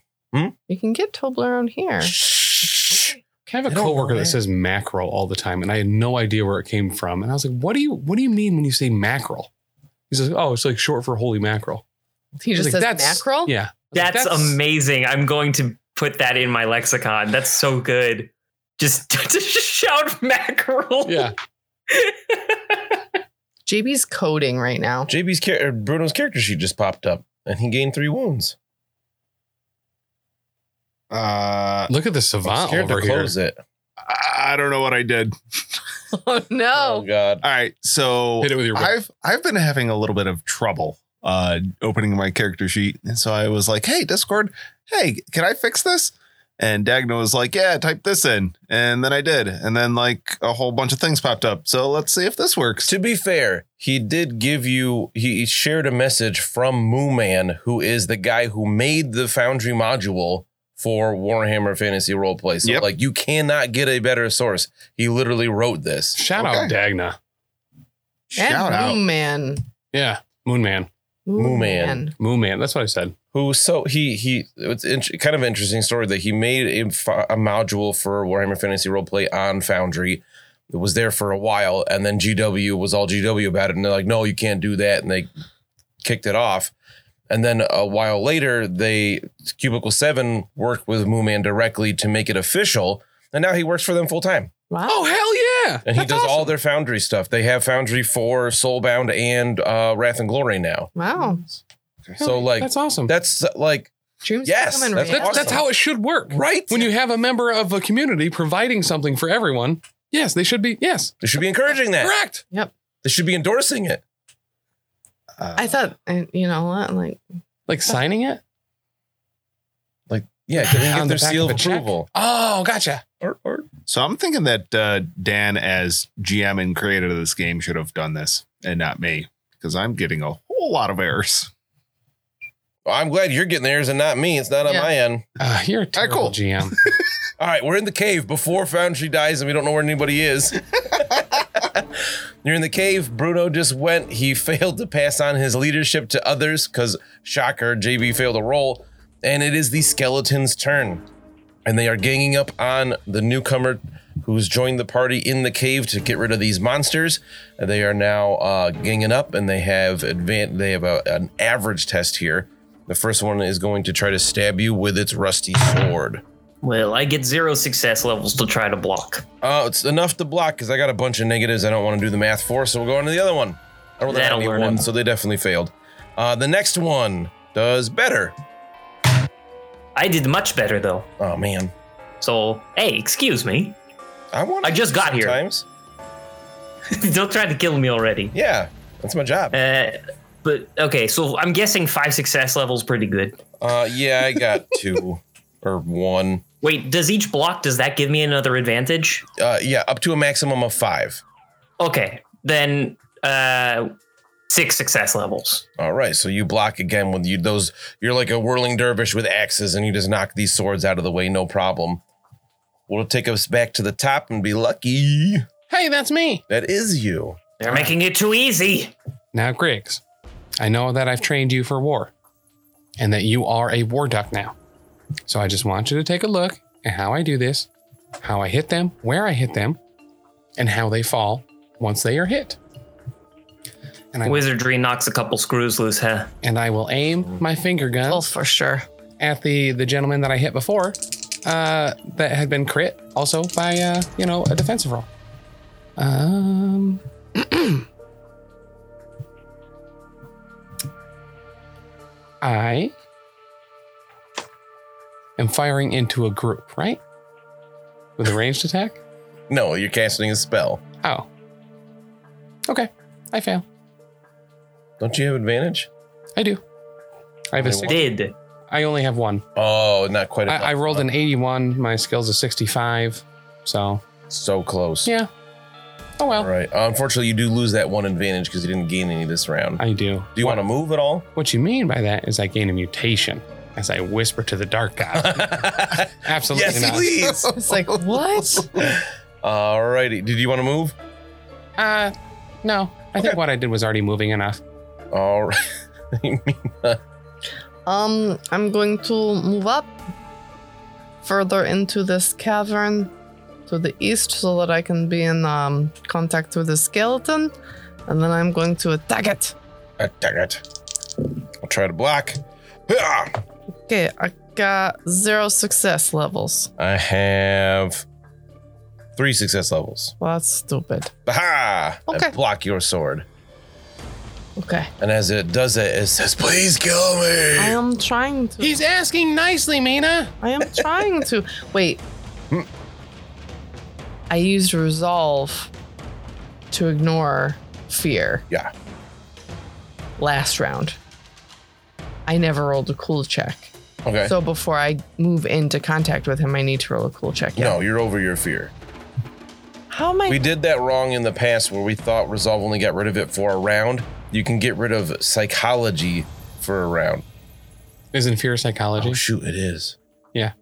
[SPEAKER 1] You can get Toblerone here.
[SPEAKER 2] Shh.
[SPEAKER 4] I have
[SPEAKER 2] I
[SPEAKER 4] a
[SPEAKER 2] don't know,
[SPEAKER 4] coworker
[SPEAKER 2] man.
[SPEAKER 4] that says mackerel all the time, and I had no idea where it came from. And I was like, "What do you What do you mean when you say mackerel?" He says, "Oh, it's like short for holy mackerel."
[SPEAKER 1] He
[SPEAKER 4] I was
[SPEAKER 1] just
[SPEAKER 4] like,
[SPEAKER 1] says
[SPEAKER 4] "That's-
[SPEAKER 1] mackerel.
[SPEAKER 4] Yeah, I was like,
[SPEAKER 5] That's, amazing. I'm going to put that in my lexicon. That's so good. Just, <laughs> just shout mackerel.
[SPEAKER 4] Yeah,
[SPEAKER 1] JB's coding right now.
[SPEAKER 2] JB's char- or Bruno's character sheet just popped up and he gained three wounds.
[SPEAKER 6] Uh,
[SPEAKER 4] look at the
[SPEAKER 2] I'm
[SPEAKER 4] savant
[SPEAKER 2] scared to
[SPEAKER 4] over here.
[SPEAKER 2] close it.
[SPEAKER 6] I don't know what I did.
[SPEAKER 1] Oh
[SPEAKER 2] <laughs> Oh,
[SPEAKER 1] no.
[SPEAKER 2] God.
[SPEAKER 6] All right, so
[SPEAKER 4] Hit it with your. whip.
[SPEAKER 6] I've I've been having a little bit of trouble uh opening my character sheet. And so I was like, hey, Discord, hey, can I fix this? And Dagno was like, yeah, type this in. And then I did. And then like a whole bunch of things popped up. So let's see if this works.
[SPEAKER 2] To be fair, he did give you, he shared a message from Moo Man, who is the guy who made the Foundry module for Warhammer Fantasy Roleplay. So,
[SPEAKER 6] Yep.
[SPEAKER 2] like, you cannot get a better source. He literally wrote this.
[SPEAKER 4] Shout out
[SPEAKER 6] Okay.
[SPEAKER 4] Dagna.
[SPEAKER 6] Shout
[SPEAKER 1] and
[SPEAKER 6] out.
[SPEAKER 1] Moon Man.
[SPEAKER 4] Yeah, Moon Man.
[SPEAKER 1] Moon
[SPEAKER 2] Moon Man.
[SPEAKER 1] Man.
[SPEAKER 4] Moon Man. That's what I said.
[SPEAKER 2] who so he he it's int- kind of an interesting story that he made a, f- a module for Warhammer Fantasy Roleplay on Foundry. It was there for a while, and then GW was all GW about it, and they're like, "No, you can't do that," and they kicked it off. And then a while later, they Cubicle Seven worked with Mooman directly to make it official, and now he works for them full time.
[SPEAKER 1] Wow.
[SPEAKER 4] Oh hell yeah!
[SPEAKER 2] And he
[SPEAKER 4] That's
[SPEAKER 2] does all
[SPEAKER 4] awesome.
[SPEAKER 2] their Foundry stuff. They have Foundry 4, Soulbound, and uh, Wrath and Glory now.
[SPEAKER 1] Wow.
[SPEAKER 2] So, like,
[SPEAKER 4] that's awesome.
[SPEAKER 2] that's uh, like,
[SPEAKER 1] Dreams
[SPEAKER 2] Yes,
[SPEAKER 1] come in
[SPEAKER 2] that's-
[SPEAKER 1] real.
[SPEAKER 4] That's, that's how it should work,
[SPEAKER 2] Right.
[SPEAKER 4] When you have a member of a community providing something for everyone, yes, they should be. Yes,
[SPEAKER 2] they should be encouraging that.
[SPEAKER 4] correct.
[SPEAKER 2] They should be endorsing it.
[SPEAKER 6] Uh,
[SPEAKER 1] I thought, and you know what? Like,
[SPEAKER 4] Like signing it. <laughs>
[SPEAKER 2] Yeah, they get
[SPEAKER 4] On the
[SPEAKER 2] their
[SPEAKER 4] back
[SPEAKER 2] seal
[SPEAKER 4] of
[SPEAKER 2] of
[SPEAKER 4] a check.
[SPEAKER 2] approval.
[SPEAKER 4] Oh, gotcha.
[SPEAKER 2] Or, or
[SPEAKER 6] so I'm thinking that uh, Dan, as GM and creator of this game, should have done this and not me because I'm getting a whole lot of errors.
[SPEAKER 2] I'm glad you're getting theirs and not me. It's not on
[SPEAKER 1] Yeah.
[SPEAKER 2] my end.
[SPEAKER 4] Uh, you're a terrible
[SPEAKER 6] cool.
[SPEAKER 4] GM.
[SPEAKER 2] All right, we're in the cave before Foundry dies and we don't know where anybody is. You're in the cave. Bruno just went. He failed to pass on his leadership to others because, shocker, JB failed a roll. And it is the skeleton's turn. And they are ganging up on the newcomer who's joined the party in the cave to get rid of these monsters. And they are now uh, ganging up and they have advan- they have a, an average test here. The first one is going to try to stab you with its rusty sword.
[SPEAKER 5] <laughs> Well, I get zero success levels to try to block.
[SPEAKER 2] Uh, it's enough to block because I got a bunch of negatives I don't want to do the math for, so we'll go on to the other one. I rolled a
[SPEAKER 5] That'll
[SPEAKER 2] 91,
[SPEAKER 5] learn 'em.
[SPEAKER 2] so they definitely failed. Uh, the next one does better.
[SPEAKER 5] I did much better though.
[SPEAKER 2] Oh man,
[SPEAKER 5] So, hey, excuse me. <laughs>
[SPEAKER 2] I want.
[SPEAKER 5] I just got here.
[SPEAKER 2] sometimes.
[SPEAKER 5] Don't try to kill me already.
[SPEAKER 2] Yeah, that's my
[SPEAKER 5] <laughs>
[SPEAKER 2] job.
[SPEAKER 5] Uh, but okay, so I'm guessing five success levels pretty good.
[SPEAKER 2] Uh, yeah, I got
[SPEAKER 5] <laughs>
[SPEAKER 2] two or one.
[SPEAKER 5] Wait, does each block does that give me another advantage?
[SPEAKER 2] Uh, yeah, up to a maximum of five.
[SPEAKER 5] Okay, then uh, six success levels.
[SPEAKER 2] All right, so you block again with you those. You're like a whirling dervish with axes, and you just knock these swords out of the way, no problem. We'll take us back to the top and be lucky.
[SPEAKER 4] <laughs> hey, that's me.
[SPEAKER 2] That is you.
[SPEAKER 5] They're making it too easy.
[SPEAKER 4] Now, Griggs, I know that I've trained you for war and that you are a war duck now. So I just want you to take a look at how I do this, how I hit them, where I hit them, and how they fall once they are hit. And I,
[SPEAKER 5] Wizardry knocks a couple screws loose, huh?
[SPEAKER 4] and I will aim my finger gun
[SPEAKER 1] well, for
[SPEAKER 2] <laughs>
[SPEAKER 1] sure.
[SPEAKER 4] at the, the gentleman that I hit before uh, that had been crit also by, uh, you know, a defensive roll. Um, <clears throat> I am firing into a group, right? With a ranged attack?
[SPEAKER 2] No, you're casting a spell.
[SPEAKER 4] Oh. Okay. I fail.
[SPEAKER 2] Don't you have advantage?
[SPEAKER 4] I do. I have a six.
[SPEAKER 5] Did
[SPEAKER 4] I only have one.
[SPEAKER 2] Oh, not quite.
[SPEAKER 4] I,
[SPEAKER 2] enough.
[SPEAKER 4] I rolled an 81. My skill's a 65. So,
[SPEAKER 2] Oh, so close.
[SPEAKER 4] yeah. Oh, well.
[SPEAKER 2] All right. Uh, unfortunately, you do lose that one advantage because you didn't gain any this round.
[SPEAKER 4] I do.
[SPEAKER 2] do you want to move at
[SPEAKER 4] <laughs>
[SPEAKER 2] all?
[SPEAKER 4] What you mean by that is I gain a mutation as I whisper to the dark god. Absolutely
[SPEAKER 2] <laughs> yes,
[SPEAKER 4] not. <laughs>
[SPEAKER 2] please.
[SPEAKER 1] <laughs> It's like, what?
[SPEAKER 2] all righty. Did you want to move?
[SPEAKER 4] Uh, no. I think what I did was already moving enough.
[SPEAKER 2] All right. <laughs>
[SPEAKER 1] Um, I'm going to move up further into this cavern to the east so that I can be in um, contact with the skeleton. And then I'm going to attack it.
[SPEAKER 2] Ah, dang it. I'll try to block. Ah!
[SPEAKER 1] Okay, I got zero success levels.
[SPEAKER 2] I have three success levels.
[SPEAKER 1] Well, that's stupid.
[SPEAKER 2] Aha! I
[SPEAKER 1] Okay.
[SPEAKER 2] block your sword.
[SPEAKER 1] Okay.
[SPEAKER 2] And as it does it, it says, please kill me.
[SPEAKER 1] I am trying to.
[SPEAKER 4] He's asking nicely, Mina.
[SPEAKER 1] I
[SPEAKER 2] <laughs>
[SPEAKER 1] am trying to. Wait. I used resolve to ignore fear.
[SPEAKER 2] Yeah.
[SPEAKER 1] Last round. I never rolled a cool check.
[SPEAKER 2] Okay.
[SPEAKER 1] So before I move into contact with him, I need to roll a cool check. Yeah.
[SPEAKER 2] no, you're over your fear.
[SPEAKER 1] How am I?
[SPEAKER 2] We did that wrong in the past where we thought resolve only got rid of it for a round. You can get rid of psychology for a round.
[SPEAKER 4] Isn't fear psychology?
[SPEAKER 2] Oh shoot, it is.
[SPEAKER 6] Yep.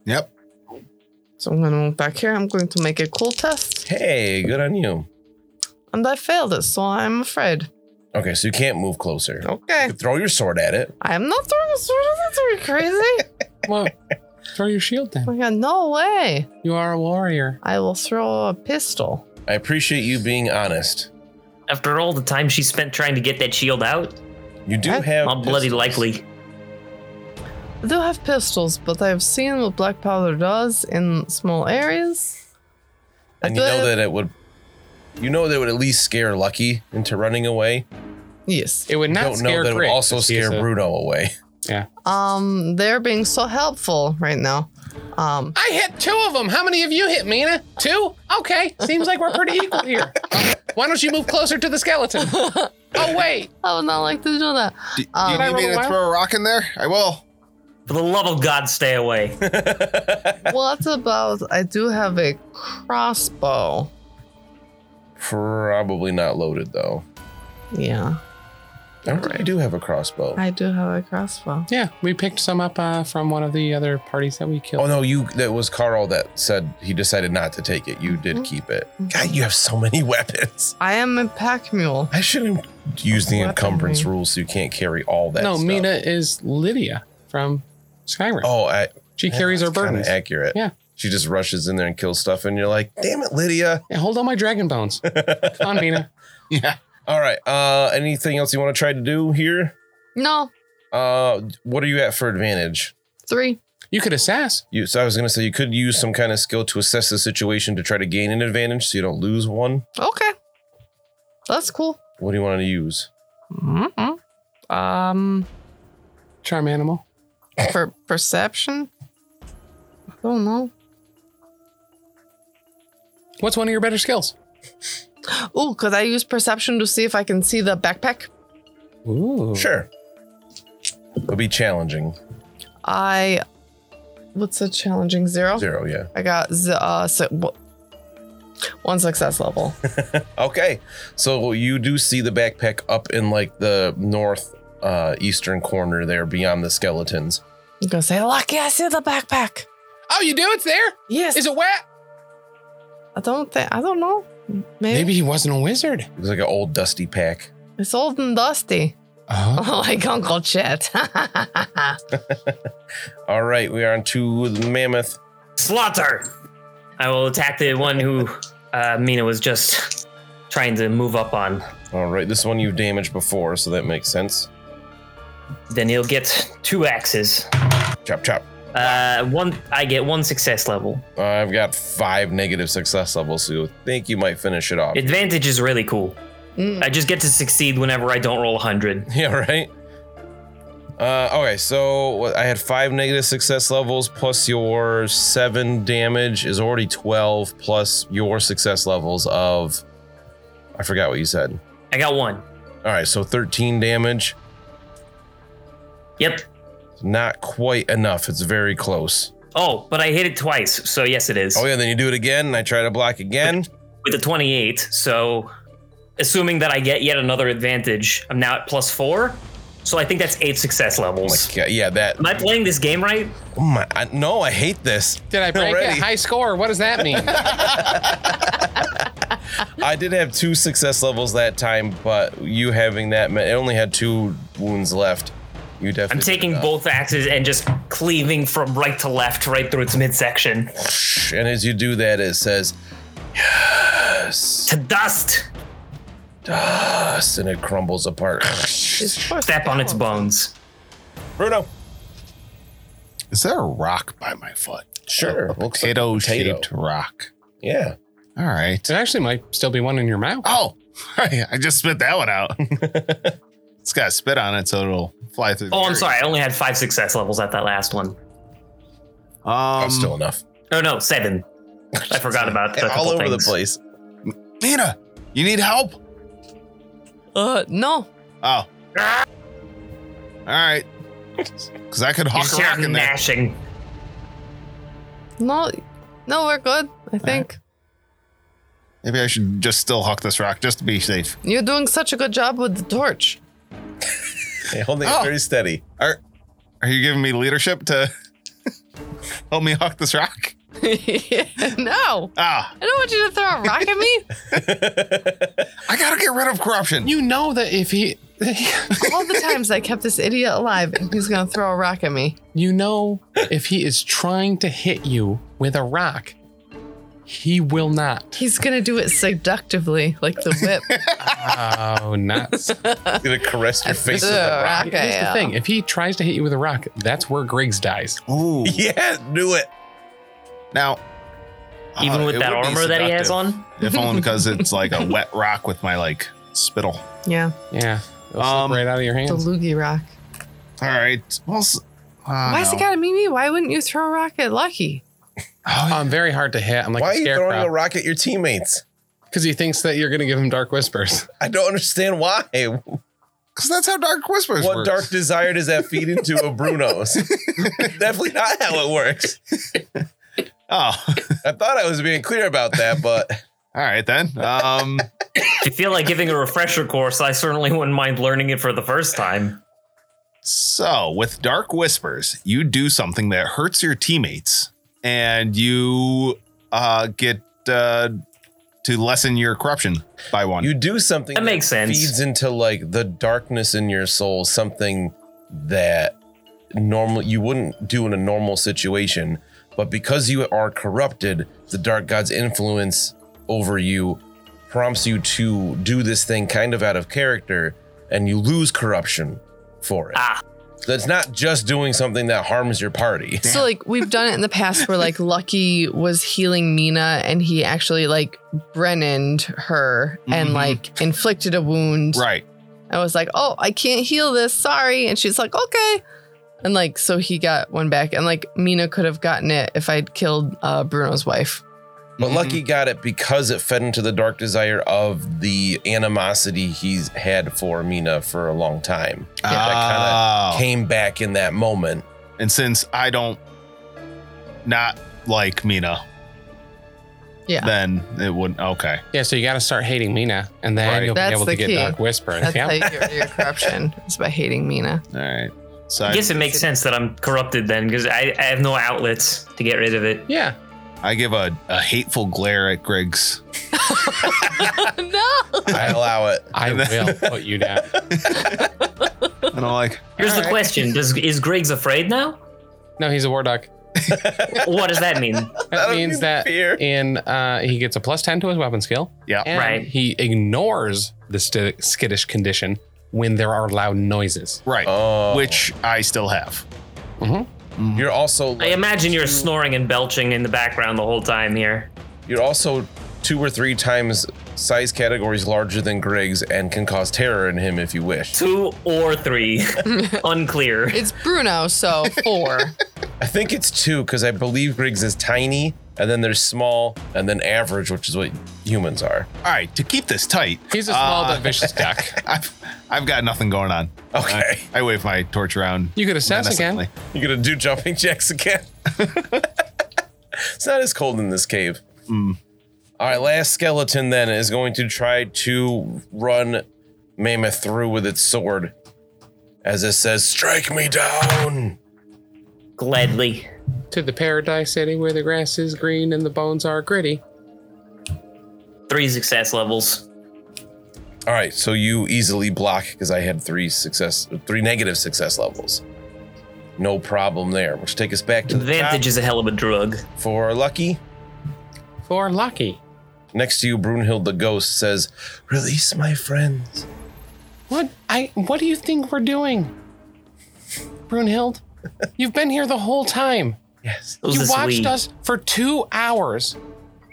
[SPEAKER 1] so I'm going to move back here. I'm going to make a cool test.
[SPEAKER 2] Hey, good on you.
[SPEAKER 1] And I failed it, so I'm afraid.
[SPEAKER 2] Okay, so you can't move closer.
[SPEAKER 1] Okay.
[SPEAKER 2] You can throw your sword at it.
[SPEAKER 1] I'm not throwing swords. Are you crazy?
[SPEAKER 4] well, throw your shield then.
[SPEAKER 1] I got no way.
[SPEAKER 4] You are a warrior.
[SPEAKER 1] I will throw a pistol.
[SPEAKER 2] I appreciate you being honest.
[SPEAKER 5] after all the time she spent trying to get that shield out,
[SPEAKER 2] You do
[SPEAKER 1] What?
[SPEAKER 2] have
[SPEAKER 5] not bloody
[SPEAKER 2] pistols.
[SPEAKER 5] likely.
[SPEAKER 1] I do have pistols, but I've seen what black powder does in small areas.
[SPEAKER 2] and you know
[SPEAKER 1] But-
[SPEAKER 2] that it would, you know that it would at least scare Lucky into running away.
[SPEAKER 1] Yes.
[SPEAKER 4] It would
[SPEAKER 2] You
[SPEAKER 4] not
[SPEAKER 2] don't know
[SPEAKER 4] scare
[SPEAKER 2] that it would
[SPEAKER 4] Greg,
[SPEAKER 2] also
[SPEAKER 4] 'cause he's
[SPEAKER 2] scare
[SPEAKER 4] a-
[SPEAKER 2] Bruno away. <laughs>
[SPEAKER 1] Um, they're being so helpful right now. Um,
[SPEAKER 4] I hit two of them. How many of you hit, Mina? Two? Okay. Seems like we're pretty equal here. Why don't you move closer to the <laughs> skeleton? Oh, wait.
[SPEAKER 1] I would not like to do
[SPEAKER 2] <laughs>
[SPEAKER 1] that.
[SPEAKER 6] Do, do
[SPEAKER 1] Um,
[SPEAKER 6] you need me
[SPEAKER 4] roll
[SPEAKER 6] to
[SPEAKER 4] wild?
[SPEAKER 6] throw a rock in there? I will.
[SPEAKER 5] For the love of God, stay away.
[SPEAKER 1] what about I do have a crossbow?
[SPEAKER 2] Probably not loaded though.
[SPEAKER 1] Yeah,
[SPEAKER 2] I don't think you do have a crossbow.
[SPEAKER 1] I do have a crossbow.
[SPEAKER 4] Yeah, we picked some up uh, from one of the other parties that we killed.
[SPEAKER 2] Oh no, you that was Carl that said he decided not to take it. You did keep it. God, you have so many <laughs> weapons.
[SPEAKER 1] I am a pack mule.
[SPEAKER 2] I shouldn't use the
[SPEAKER 1] Weaponry.
[SPEAKER 2] encumbrance rules so you can't carry all that.
[SPEAKER 4] no,
[SPEAKER 2] stuff.
[SPEAKER 4] Mina is Lydia from Skyrim.
[SPEAKER 2] Oh, I,
[SPEAKER 4] she carries her
[SPEAKER 2] that's kinda
[SPEAKER 4] burdens.
[SPEAKER 2] Accurate.
[SPEAKER 4] Yeah.
[SPEAKER 2] She just rushes in there and kills stuff, and you're like, "Damn it, Lydia!"
[SPEAKER 4] Yeah, hold on my
[SPEAKER 2] <laughs>
[SPEAKER 4] dragon bones. Come on, Mina.
[SPEAKER 6] Yeah.
[SPEAKER 2] All right. Uh, anything else you want to try to do here?
[SPEAKER 1] No,
[SPEAKER 2] Uh, what are you at for advantage?
[SPEAKER 1] three.
[SPEAKER 4] You could assess.
[SPEAKER 2] You. So I was gonna say you could use some kind of skill to assess the situation to try to gain an advantage, so you don't lose one.
[SPEAKER 1] Okay, that's cool.
[SPEAKER 2] What do you want to use?
[SPEAKER 1] Mm-hmm. Um,
[SPEAKER 4] Charm animal.
[SPEAKER 1] for perception. I don't know.
[SPEAKER 4] What's one of your better skills?
[SPEAKER 1] Ooh, could I use perception to see if I can see the backpack?
[SPEAKER 4] Ooh.
[SPEAKER 2] Sure. It'll be challenging.
[SPEAKER 1] I. What's a challenging zero?
[SPEAKER 2] Zero. Yeah.
[SPEAKER 1] I got z- uh, so, wh- one success level.
[SPEAKER 2] Okay. So you do see the backpack up in like the north uh, eastern corner there, beyond the skeletons.
[SPEAKER 1] I'm gonna say, Lucky, I see the backpack.
[SPEAKER 4] Oh, you do? It's there?
[SPEAKER 1] Yes.
[SPEAKER 4] Is it wet?
[SPEAKER 1] I don't think, I don't know. Maybe.
[SPEAKER 4] Maybe he wasn't a wizard.
[SPEAKER 2] It was like an old dusty pack.
[SPEAKER 1] It's old and dusty. <laughs>
[SPEAKER 4] Oh.
[SPEAKER 1] like Uncle Chet. <laughs>
[SPEAKER 2] All right, we are on to the mammoth.
[SPEAKER 5] Slaughter! I will attack the one who uh, Mina was just trying to move up on.
[SPEAKER 2] All right, this one you've damaged before, so that makes sense.
[SPEAKER 5] Then he'll get two axes.
[SPEAKER 2] Chop, chop.
[SPEAKER 5] Uh, one, I get one success level.
[SPEAKER 2] I've got five negative success levels, so you think you might finish it off.
[SPEAKER 5] Advantage is really cool.
[SPEAKER 1] Mm.
[SPEAKER 5] I just get to succeed whenever I don't roll 100.
[SPEAKER 2] <laughs> yeah, right? Uh, okay, so what- I had five negative success levels, plus your seven damage is already 12, plus your success levels of. I forgot what you said.
[SPEAKER 5] I got one.
[SPEAKER 2] All right, so 13 damage.
[SPEAKER 5] Yep.
[SPEAKER 2] Not quite enough. It's very close.
[SPEAKER 5] Oh, but I hit it twice, so yes, it is.
[SPEAKER 2] Oh yeah, then you do it again, and I try to block again.
[SPEAKER 5] With a 28, so assuming that I get yet another advantage, I'm now at plus four. So I think that's eight success levels.
[SPEAKER 2] Like, yeah, Oh yeah, that.
[SPEAKER 5] Am I playing this game right?
[SPEAKER 2] Oh my, I, no, I hate this.
[SPEAKER 4] Did I break
[SPEAKER 2] Already.
[SPEAKER 4] it? High score. What does that
[SPEAKER 2] <laughs>
[SPEAKER 4] mean?
[SPEAKER 2] I did have two success levels that time, but you having that, ma- it only had two wounds left. You definitely.
[SPEAKER 5] I'm taking
[SPEAKER 2] did enough.
[SPEAKER 5] both axes and just cleaving from right to left, right through its midsection.
[SPEAKER 2] And as you do that, it says, "Yes,
[SPEAKER 5] To dust!
[SPEAKER 2] dust," and it crumbles apart.
[SPEAKER 5] Step on its bones.
[SPEAKER 2] Bruno.
[SPEAKER 6] Is there a rock by my foot?
[SPEAKER 2] Sure.
[SPEAKER 6] A
[SPEAKER 2] looks like a
[SPEAKER 6] potato
[SPEAKER 2] potato.
[SPEAKER 6] shaped rock.
[SPEAKER 2] Yeah.
[SPEAKER 6] All right.
[SPEAKER 4] There actually might still be one in your mouth.
[SPEAKER 6] Oh, <laughs> I just spit that
[SPEAKER 5] <laughs>
[SPEAKER 6] one out. it's got spit on it, so it'll fly through. the
[SPEAKER 5] Oh, I'm
[SPEAKER 6] area.
[SPEAKER 5] sorry. I only had five success levels at that last one.
[SPEAKER 6] Um,
[SPEAKER 2] That's still enough.
[SPEAKER 5] Oh, no, seven. I forgot about that.
[SPEAKER 2] All over
[SPEAKER 5] things.
[SPEAKER 2] the place.
[SPEAKER 6] Mina, you need help?
[SPEAKER 1] uh, no.
[SPEAKER 6] Oh. All
[SPEAKER 5] Ah, <laughs>
[SPEAKER 6] right. Because I could
[SPEAKER 5] You
[SPEAKER 6] hawk a
[SPEAKER 5] start
[SPEAKER 6] rock in there.
[SPEAKER 5] gnashing.
[SPEAKER 1] No. No, we're good. I think
[SPEAKER 6] Maybe I should just still hawk this rock just to be safe.
[SPEAKER 1] you're doing such a good job with the torch. <laughs>
[SPEAKER 2] Hey, holding it
[SPEAKER 6] Oh.
[SPEAKER 2] very steady.
[SPEAKER 6] Are Are you giving me leadership to <laughs> help me hawk this rock?
[SPEAKER 1] no,
[SPEAKER 6] Ah,
[SPEAKER 1] I don't want you to throw a rock at me.
[SPEAKER 6] I gotta get rid of corruption.
[SPEAKER 4] You know that if he, <laughs>
[SPEAKER 1] All the times I kept this idiot alive, and he's gonna throw a rock at me.
[SPEAKER 4] you know, if he is trying to hit you with a rock, he will not.
[SPEAKER 1] He's gonna do it seductively, like the whip.
[SPEAKER 4] Oh, nuts. Here's
[SPEAKER 2] <laughs> gonna caress your face with
[SPEAKER 5] <laughs>
[SPEAKER 1] Ugh,
[SPEAKER 2] a rock.
[SPEAKER 1] rock at
[SPEAKER 4] the
[SPEAKER 1] ya.
[SPEAKER 4] thing if he tries to hit you with a
[SPEAKER 5] <laughs>
[SPEAKER 4] rock, that's where Griggs dies.
[SPEAKER 6] Ooh.
[SPEAKER 2] Yeah, do it.
[SPEAKER 6] Now, Uh,
[SPEAKER 5] even
[SPEAKER 6] it
[SPEAKER 5] with that
[SPEAKER 6] would be
[SPEAKER 5] armor that he has
[SPEAKER 6] seductive.
[SPEAKER 5] on.
[SPEAKER 1] <laughs>
[SPEAKER 6] if only because it's like a wet rock with my like spittle.
[SPEAKER 1] Yeah,
[SPEAKER 4] Yeah. It'll
[SPEAKER 6] Um,
[SPEAKER 4] slip right out of your
[SPEAKER 1] the
[SPEAKER 4] hands.
[SPEAKER 1] loogie rock.
[SPEAKER 6] All right. Well, s- uh, I
[SPEAKER 1] Why's
[SPEAKER 6] don't
[SPEAKER 1] it
[SPEAKER 6] know.
[SPEAKER 1] gotta be me? Why wouldn't you throw a rock at Lucky?
[SPEAKER 4] I'm very hard to hit. I'm like
[SPEAKER 2] Why
[SPEAKER 4] a
[SPEAKER 2] are you throwing a
[SPEAKER 4] scarecrow
[SPEAKER 2] rock at your teammates?
[SPEAKER 4] because he thinks that you're going to give him dark
[SPEAKER 6] <laughs>
[SPEAKER 4] whispers.
[SPEAKER 2] I don't understand why.
[SPEAKER 6] Cause that's how Dark Whispers
[SPEAKER 2] What
[SPEAKER 6] works.
[SPEAKER 2] dark desire does that feed into a Bruno's? Definitely not how it works.
[SPEAKER 6] Oh, <laughs>
[SPEAKER 2] I thought I was being clear about that, but
[SPEAKER 6] all right then. Um,
[SPEAKER 5] If you feel like giving a refresher course, I certainly wouldn't mind learning it for the first time.
[SPEAKER 6] so with Dark Whispers, you do something that hurts your teammates, and you uh, get uh, to lessen your corruption by one.
[SPEAKER 2] you do something
[SPEAKER 5] That makes sense.
[SPEAKER 2] feeds into like the darkness in your soul, something that normally you wouldn't do in a normal situation. But because you are corrupted, the dark god's influence over you prompts you to do this thing kind of out of character, and you lose corruption for it.
[SPEAKER 5] Ah.
[SPEAKER 2] That's not just doing something that harms your party. <laughs>
[SPEAKER 1] So like we've done it in the past where like Lucky was healing Mina and he actually like Brennaned her and
[SPEAKER 6] Mhm.
[SPEAKER 1] like inflicted a wound.
[SPEAKER 6] right.
[SPEAKER 1] I was like, "Oh, I can't heal this. Sorry." And she's like, "Okay." And like so he got one back and like Mina could have gotten it if I'd killed uh, Bruno's wife.
[SPEAKER 2] But
[SPEAKER 1] Mm-hmm.
[SPEAKER 6] Mm-hmm.
[SPEAKER 2] Lucky got it because it fed into the dark desire of the animosity he's had for Mina for a long time. that
[SPEAKER 6] Oh.
[SPEAKER 2] Came back in that moment.
[SPEAKER 6] and since I don't not like Mina,
[SPEAKER 1] Yeah.
[SPEAKER 6] then it wouldn't. Okay.
[SPEAKER 4] Yeah, so you got to start hating Mina, and then
[SPEAKER 6] Right.
[SPEAKER 4] you'll
[SPEAKER 1] That's
[SPEAKER 4] be able to
[SPEAKER 1] the
[SPEAKER 4] get
[SPEAKER 1] key.
[SPEAKER 4] dark whispers.
[SPEAKER 1] That's how
[SPEAKER 4] Yeah.
[SPEAKER 1] you get rid of your corruption. <laughs> It's by hating Mina.
[SPEAKER 6] All right. So
[SPEAKER 5] I
[SPEAKER 6] I,
[SPEAKER 5] guess it makes sense that I'm corrupted then, because I, I have no outlets to get rid of it.
[SPEAKER 4] Yeah.
[SPEAKER 6] I give a, a hateful glare at Griggs.
[SPEAKER 1] no.
[SPEAKER 2] I allow it.
[SPEAKER 4] I
[SPEAKER 6] And then- <laughs>
[SPEAKER 4] will put you down.
[SPEAKER 6] And I'm like,
[SPEAKER 5] Here's the
[SPEAKER 4] Alright. <laughs>
[SPEAKER 5] question: Does is Griggs afraid now?
[SPEAKER 4] No, he's a war duck.
[SPEAKER 5] What does that mean?
[SPEAKER 4] <laughs> That
[SPEAKER 2] don't
[SPEAKER 4] means
[SPEAKER 2] mean
[SPEAKER 4] that
[SPEAKER 2] fear.
[SPEAKER 4] in uh, he gets a plus ten to his weapon skill.
[SPEAKER 6] Yeah.
[SPEAKER 4] and
[SPEAKER 5] Right.
[SPEAKER 4] He ignores the sti- skittish condition when there are loud noises.
[SPEAKER 6] right.
[SPEAKER 2] Oh.
[SPEAKER 6] Which I still have.
[SPEAKER 2] you're also
[SPEAKER 5] I
[SPEAKER 2] like,
[SPEAKER 5] imagine you're snoring and belching in the background the whole time here.
[SPEAKER 2] you're also two or three times size categories larger than Griggs and can cause terror in him if you wish.
[SPEAKER 5] Two or
[SPEAKER 4] <laughs>
[SPEAKER 5] three, unclear.
[SPEAKER 1] It's Bruno, so 4.
[SPEAKER 2] I think it's two because I believe Griggs is tiny, and then there's small, and then average, which is what humans are.
[SPEAKER 6] All right. To keep this tight,
[SPEAKER 4] He's a small
[SPEAKER 6] Uh.
[SPEAKER 4] but vicious duck.
[SPEAKER 6] I've, I've got nothing going on.
[SPEAKER 2] Okay.
[SPEAKER 6] I, I wave my torch around.
[SPEAKER 4] You
[SPEAKER 6] <laughs>
[SPEAKER 4] could assess
[SPEAKER 6] menacingly.
[SPEAKER 4] again.
[SPEAKER 2] You're gonna do jumping jacks again. <laughs> it's not as cold in this cave. All right, last skeleton then is going to try to run Mammoth through with its sword as it says, Strike me down.
[SPEAKER 5] Gladly.
[SPEAKER 4] To the paradise city where the grass is green and the bones are gritty.
[SPEAKER 5] Three success levels.
[SPEAKER 2] All right, so you easily block because I had three success, three negative success levels. No problem there, which take us back to the
[SPEAKER 5] Advantage is a hell of a drug.
[SPEAKER 2] top for Lucky.
[SPEAKER 4] For Lucky.
[SPEAKER 2] Next to you, Brunhild the ghost says, "Release my friends."
[SPEAKER 4] What I what do you think we're doing?
[SPEAKER 5] <laughs>
[SPEAKER 4] Brunhild? You've been here the whole time.
[SPEAKER 2] Yes.
[SPEAKER 5] It was
[SPEAKER 4] You
[SPEAKER 5] this
[SPEAKER 4] watched
[SPEAKER 5] weed.
[SPEAKER 4] us for two hours.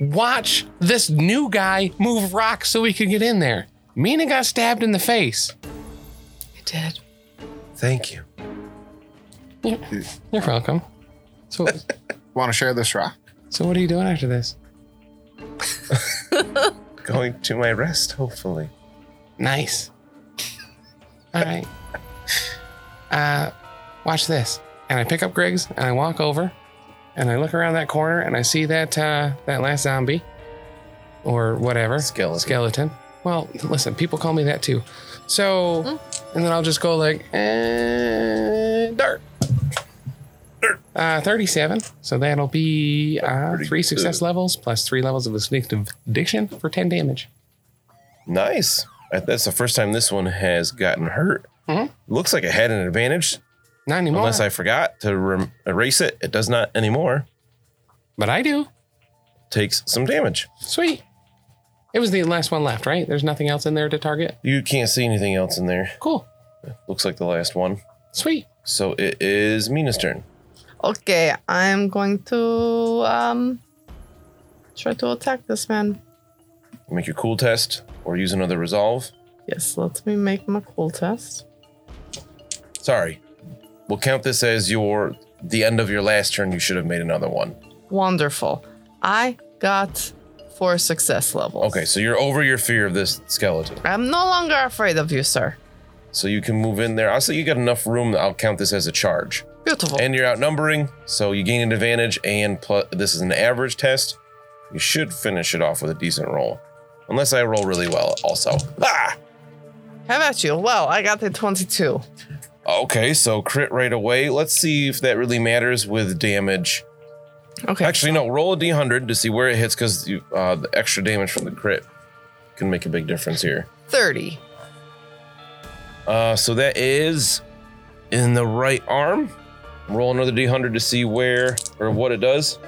[SPEAKER 4] Watch this new guy move rocks so we could get in there. Mina got stabbed in the face.
[SPEAKER 1] I did.
[SPEAKER 2] Thank you.
[SPEAKER 4] You're welcome.
[SPEAKER 5] <laughs>
[SPEAKER 4] So,
[SPEAKER 6] Want to share this rock?
[SPEAKER 4] so what are you doing after this?
[SPEAKER 2] Going to my rest, hopefully.
[SPEAKER 4] Nice. All right. Uh, watch this. And I pick up Griggs and I walk over, and I look around that corner and I see that uh, that last zombie, or whatever
[SPEAKER 2] Skeleton.
[SPEAKER 4] Skeleton. Well, listen, people call me that too. So, and then I'll just go like, eh, dirt. Uh, 37. So that'll be uh, three success levels plus three levels of a sneak addiction for 10 damage.
[SPEAKER 2] Nice. I- That's the first time this one has gotten hurt. Looks like it had an advantage,
[SPEAKER 4] Not anymore.
[SPEAKER 2] unless I forgot to rem erase it. It does not anymore.
[SPEAKER 4] but I do.
[SPEAKER 2] Takes some damage.
[SPEAKER 4] Sweet. It was the last one left, right? There's nothing else in there to target.
[SPEAKER 2] You can't see anything else in there.
[SPEAKER 4] Cool.
[SPEAKER 2] Looks like the last one.
[SPEAKER 4] Sweet.
[SPEAKER 2] So it is Mina's turn.
[SPEAKER 1] Okay, I'm going to um Try to attack this man.
[SPEAKER 2] Make your cool test or use another resolve.
[SPEAKER 1] Yes, let me make my cool test.
[SPEAKER 2] Sorry. We'll count this as your the end of your last turn. You should have made another one.
[SPEAKER 1] Wonderful. I got four success levels.
[SPEAKER 2] Okay, so you're over your fear of this skeleton.
[SPEAKER 1] I'm no longer afraid of you, sir.
[SPEAKER 2] So you can move in there. Also, you got enough room that I'll count this as a charge.
[SPEAKER 1] Beautiful.
[SPEAKER 2] And you're outnumbering, so you gain an advantage, and plus, this is an average test. You should finish it off with a decent roll. Unless I roll really well, also. Ah!
[SPEAKER 1] How about you? Well, I got a 22.
[SPEAKER 2] Okay, so crit right away. Let's see if that really matters with damage.
[SPEAKER 1] Okay.
[SPEAKER 2] Actually, no, roll a d100 to see where it hits because uh, the extra damage from the crit can make a big difference here.
[SPEAKER 1] 30.
[SPEAKER 2] Uh, so that is in the right arm. Roll another d100 to see where or what it does.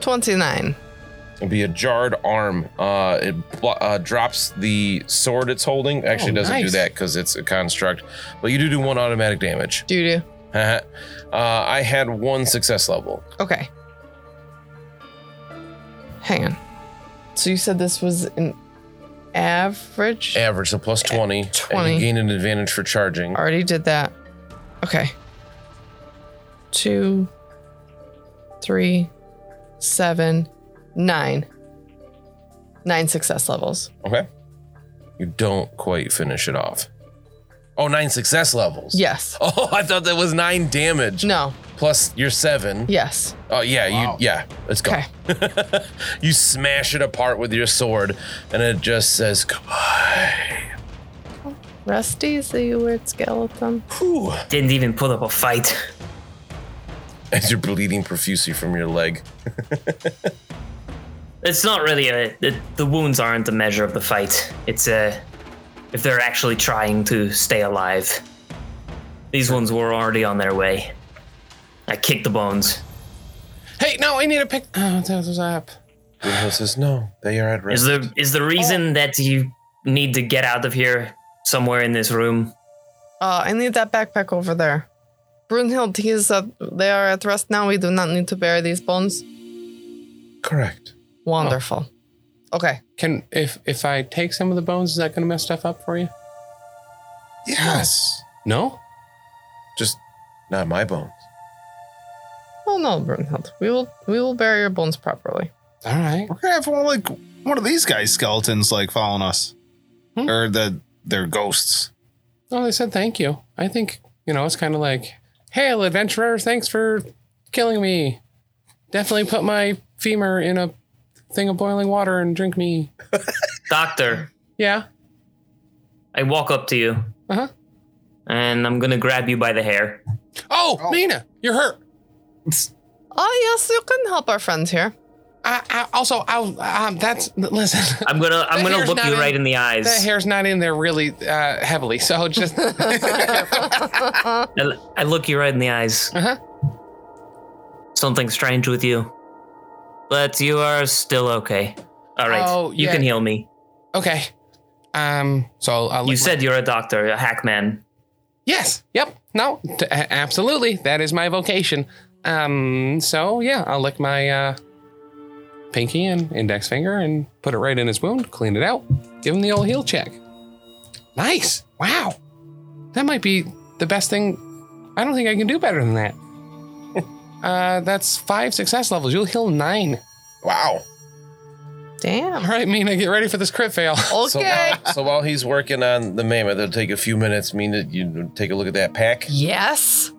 [SPEAKER 1] 29.
[SPEAKER 2] It'd be a jarred arm. Uh, it blo- uh, drops the sword it's holding. Actually,
[SPEAKER 4] Oh,
[SPEAKER 2] it doesn't do
[SPEAKER 4] nice.
[SPEAKER 2] that because it's a construct. But you do do one automatic damage. <laughs>
[SPEAKER 1] Doo doo.
[SPEAKER 2] uh, I had one success level.
[SPEAKER 1] Okay. Hang on. So you said this was an average?
[SPEAKER 2] Average, so plus 20. and you
[SPEAKER 1] 20.
[SPEAKER 2] gain an advantage for charging.
[SPEAKER 1] Already did that. Okay. Two, three, seven, nine. Nine success levels.
[SPEAKER 2] Okay. You don't quite finish it off. Oh, nine success levels.
[SPEAKER 1] Yes.
[SPEAKER 2] <laughs> Oh, I thought that was nine damage.
[SPEAKER 1] No.
[SPEAKER 2] Plus your seven.
[SPEAKER 1] Yes.
[SPEAKER 2] Oh yeah, you yeah. Let's go.
[SPEAKER 1] Okay.
[SPEAKER 2] <laughs> You smash it apart with your sword, and it just says goodbye.
[SPEAKER 1] Rusty, is the weird skeleton.
[SPEAKER 2] Whew.
[SPEAKER 5] Didn't even put up a fight.
[SPEAKER 2] As you're bleeding profusely from your leg.
[SPEAKER 5] It's not really a. It, the wounds aren't the measure of the fight. It's a. If they're actually trying to stay alive. These ones were already on their way. I kicked the bones.
[SPEAKER 4] Hey, no, I need a pick. Oh, that was up.
[SPEAKER 2] Bruno says, "No, they are at
[SPEAKER 5] Is
[SPEAKER 2] risk."
[SPEAKER 5] the is
[SPEAKER 4] Oh.
[SPEAKER 5] the reason that you need to get out of here somewhere in this room?
[SPEAKER 1] Uh, I need that backpack over there. Brunhild, he is at, they are at rest now. We do not need to bury these bones.
[SPEAKER 2] Correct.
[SPEAKER 1] Wonderful.
[SPEAKER 4] Oh.
[SPEAKER 1] Okay.
[SPEAKER 4] Can if if I take some of the bones, is that gonna mess stuff up for you?
[SPEAKER 6] Yes.
[SPEAKER 4] No.
[SPEAKER 2] Just not my bones.
[SPEAKER 1] Oh no, Brunhild. We will we will bury your bones properly.
[SPEAKER 4] All right.
[SPEAKER 6] We're gonna have one like one of these guys' skeletons like following us,
[SPEAKER 4] Hmm.
[SPEAKER 6] or the they're ghosts.
[SPEAKER 4] Well, they said thank you. I think you know it's kind of like, hail adventurer, thanks for killing me. Definitely put my femur in a thing of boiling water and drink me.
[SPEAKER 5] Doctor,
[SPEAKER 4] Yeah.
[SPEAKER 5] I walk up to you.
[SPEAKER 4] Uh-huh.
[SPEAKER 5] And I'm gonna grab you by the hair.
[SPEAKER 4] Oh, Nina, you're hurt.
[SPEAKER 1] Oh yes, you can help our friends here.
[SPEAKER 4] I, I also I um that's listen. <laughs>
[SPEAKER 5] I'm gonna I'm
[SPEAKER 4] The
[SPEAKER 5] gonna
[SPEAKER 4] hair's
[SPEAKER 5] look
[SPEAKER 4] not
[SPEAKER 5] you
[SPEAKER 4] in-
[SPEAKER 5] right in the eyes.
[SPEAKER 4] That hair's not in there really uh, heavily, so
[SPEAKER 5] <laughs>
[SPEAKER 4] just
[SPEAKER 5] I, l- I look you right in the eyes.
[SPEAKER 4] Uh-huh.
[SPEAKER 5] Something strange with you. But you are still okay. All right.
[SPEAKER 4] Oh,
[SPEAKER 5] you
[SPEAKER 4] yeah.
[SPEAKER 5] can heal me.
[SPEAKER 4] okay. Um, so I'll, I'll
[SPEAKER 5] You
[SPEAKER 4] lick my-
[SPEAKER 5] said you're a doctor, a hackman.
[SPEAKER 4] Yes. Yep. No. T- a- absolutely. That is my vocation. Um. So yeah, I'll lick my uh, pinky and index finger and put it right in his wound, clean it out, give him the old heal check. Nice. Wow. That might be the best thing. I don't think I can do better than that. <laughs> uh, that's five success levels. You'll heal nine.
[SPEAKER 2] Wow.
[SPEAKER 1] Damn.
[SPEAKER 4] All right, Mina, get ready for this crit fail.
[SPEAKER 2] So,
[SPEAKER 1] Okay.
[SPEAKER 2] while, so while he's working on the mammoth, it'll take a few minutes. Mean that you take a look at that pack.
[SPEAKER 1] yes.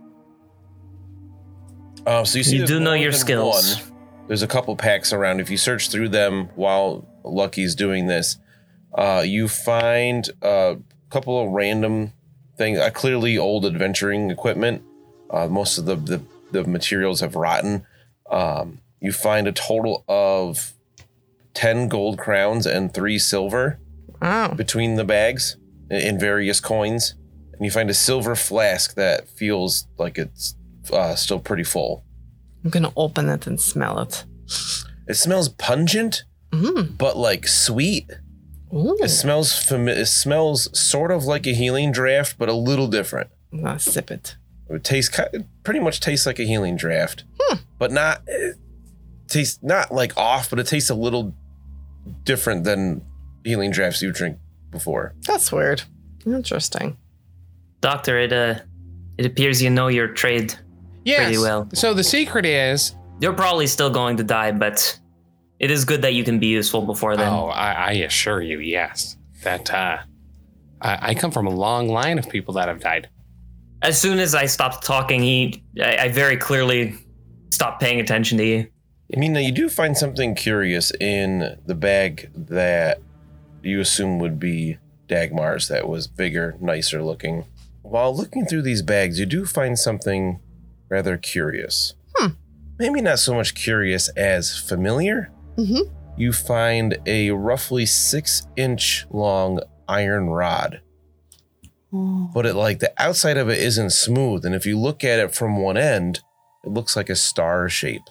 [SPEAKER 2] Um, so you see,
[SPEAKER 5] You
[SPEAKER 2] there's
[SPEAKER 5] do know
[SPEAKER 2] more
[SPEAKER 5] your
[SPEAKER 2] than
[SPEAKER 5] skills.
[SPEAKER 2] one. There's a couple packs around. If you search through them while Lucky's doing this, uh, you find a couple of random things. Uh, clearly, old adventuring equipment. Uh, most of the, the the materials have rotten. Um, you find a total of ten gold crowns and three silver
[SPEAKER 1] Oh.
[SPEAKER 2] between the bags in- in various coins, and you find a silver flask that feels like it's uh, still pretty full.
[SPEAKER 1] I'm gonna open it and smell it.
[SPEAKER 2] It smells pungent,
[SPEAKER 1] Mm.
[SPEAKER 2] but like sweet.
[SPEAKER 1] Ooh.
[SPEAKER 2] It smells fami- It smells sort of like a healing draft, but a little different.
[SPEAKER 1] I'm gonna sip it.
[SPEAKER 2] It tastes ki- it pretty much tastes like a healing draft, but not. eh, tastes not like off, but it tastes a little different than healing drafts you drink before.
[SPEAKER 1] That's weird. Interesting.
[SPEAKER 5] Doctor, it uh, it appears you know your trade.
[SPEAKER 4] Yes.
[SPEAKER 5] well.
[SPEAKER 4] So the secret is.
[SPEAKER 5] You're probably still going to die, but it is good that you can be useful before then.
[SPEAKER 4] Oh, I, I assure you, yes. That uh, I, I come from a long line of people that have died.
[SPEAKER 5] As soon as I stopped talking, he, I, I very clearly stopped paying attention to you.
[SPEAKER 2] I mean, you do find something curious in the bag that you assume would be Dagmar's that was bigger, nicer looking. While looking through these bags, you do find something rather curious. Maybe not so much curious as familiar.
[SPEAKER 1] Mhm.
[SPEAKER 2] You find a roughly six inch long iron rod. But it like the outside of it isn't smooth. And if you look at it from one end, it looks like a star shape.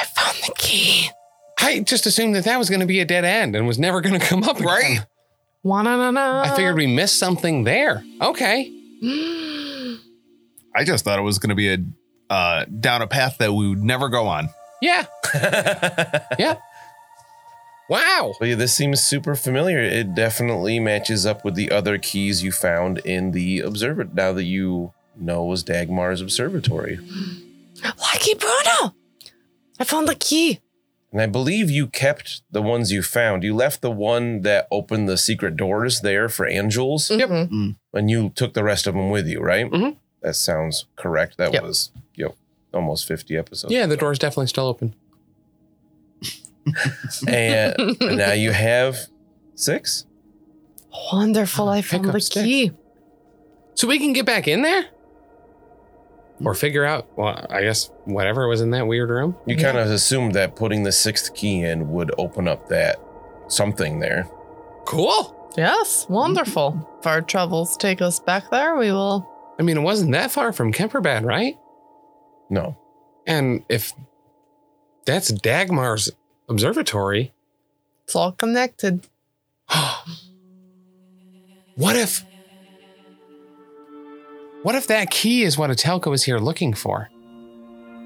[SPEAKER 1] I found the key.
[SPEAKER 4] I just assumed that that was going to be a dead end and was never going to <laughs> come up, again.
[SPEAKER 6] Right?
[SPEAKER 1] Wa na na na.
[SPEAKER 4] I figured we missed something there. Okay.
[SPEAKER 6] I just thought it was going to be a uh, down a path that we would never go on.
[SPEAKER 4] Yeah. yeah. Wow.
[SPEAKER 2] But yeah, this seems super familiar. It definitely matches up with the other keys you found in the observer. Now that you know was Dagmar's observatory,
[SPEAKER 1] Lucky Bruno. I found the key.
[SPEAKER 2] and I believe you kept the ones you found. You left the one that opened the secret doors there for Angels,
[SPEAKER 1] Yep.
[SPEAKER 4] Mm-hmm.
[SPEAKER 2] and you took the rest of them with you, right?
[SPEAKER 4] Mhm.
[SPEAKER 2] That sounds correct. That
[SPEAKER 1] Yep.
[SPEAKER 2] was you know, almost fifty episodes.
[SPEAKER 4] Yeah, the door's definitely still open.
[SPEAKER 2] and now you have six.
[SPEAKER 1] Wonderful. I
[SPEAKER 4] Uh, Pick
[SPEAKER 1] found
[SPEAKER 4] up
[SPEAKER 1] the
[SPEAKER 4] sticks.
[SPEAKER 1] key.
[SPEAKER 4] So we can get back in there? Or figure out, well, I guess whatever was in that weird room.
[SPEAKER 2] You kind of assumed that putting the sixth key in would open up that something there.
[SPEAKER 4] Cool.
[SPEAKER 1] Yes.
[SPEAKER 4] Mm-hmm.
[SPEAKER 1] Wonderful. If our troubles take us back there, we will.
[SPEAKER 4] I mean, it wasn't that far from Kemperbad, right?
[SPEAKER 2] No.
[SPEAKER 4] And if that's Dagmar's observatory, <gasps>
[SPEAKER 1] It's all connected.
[SPEAKER 4] what if. What if that key is what Atelka was here looking for?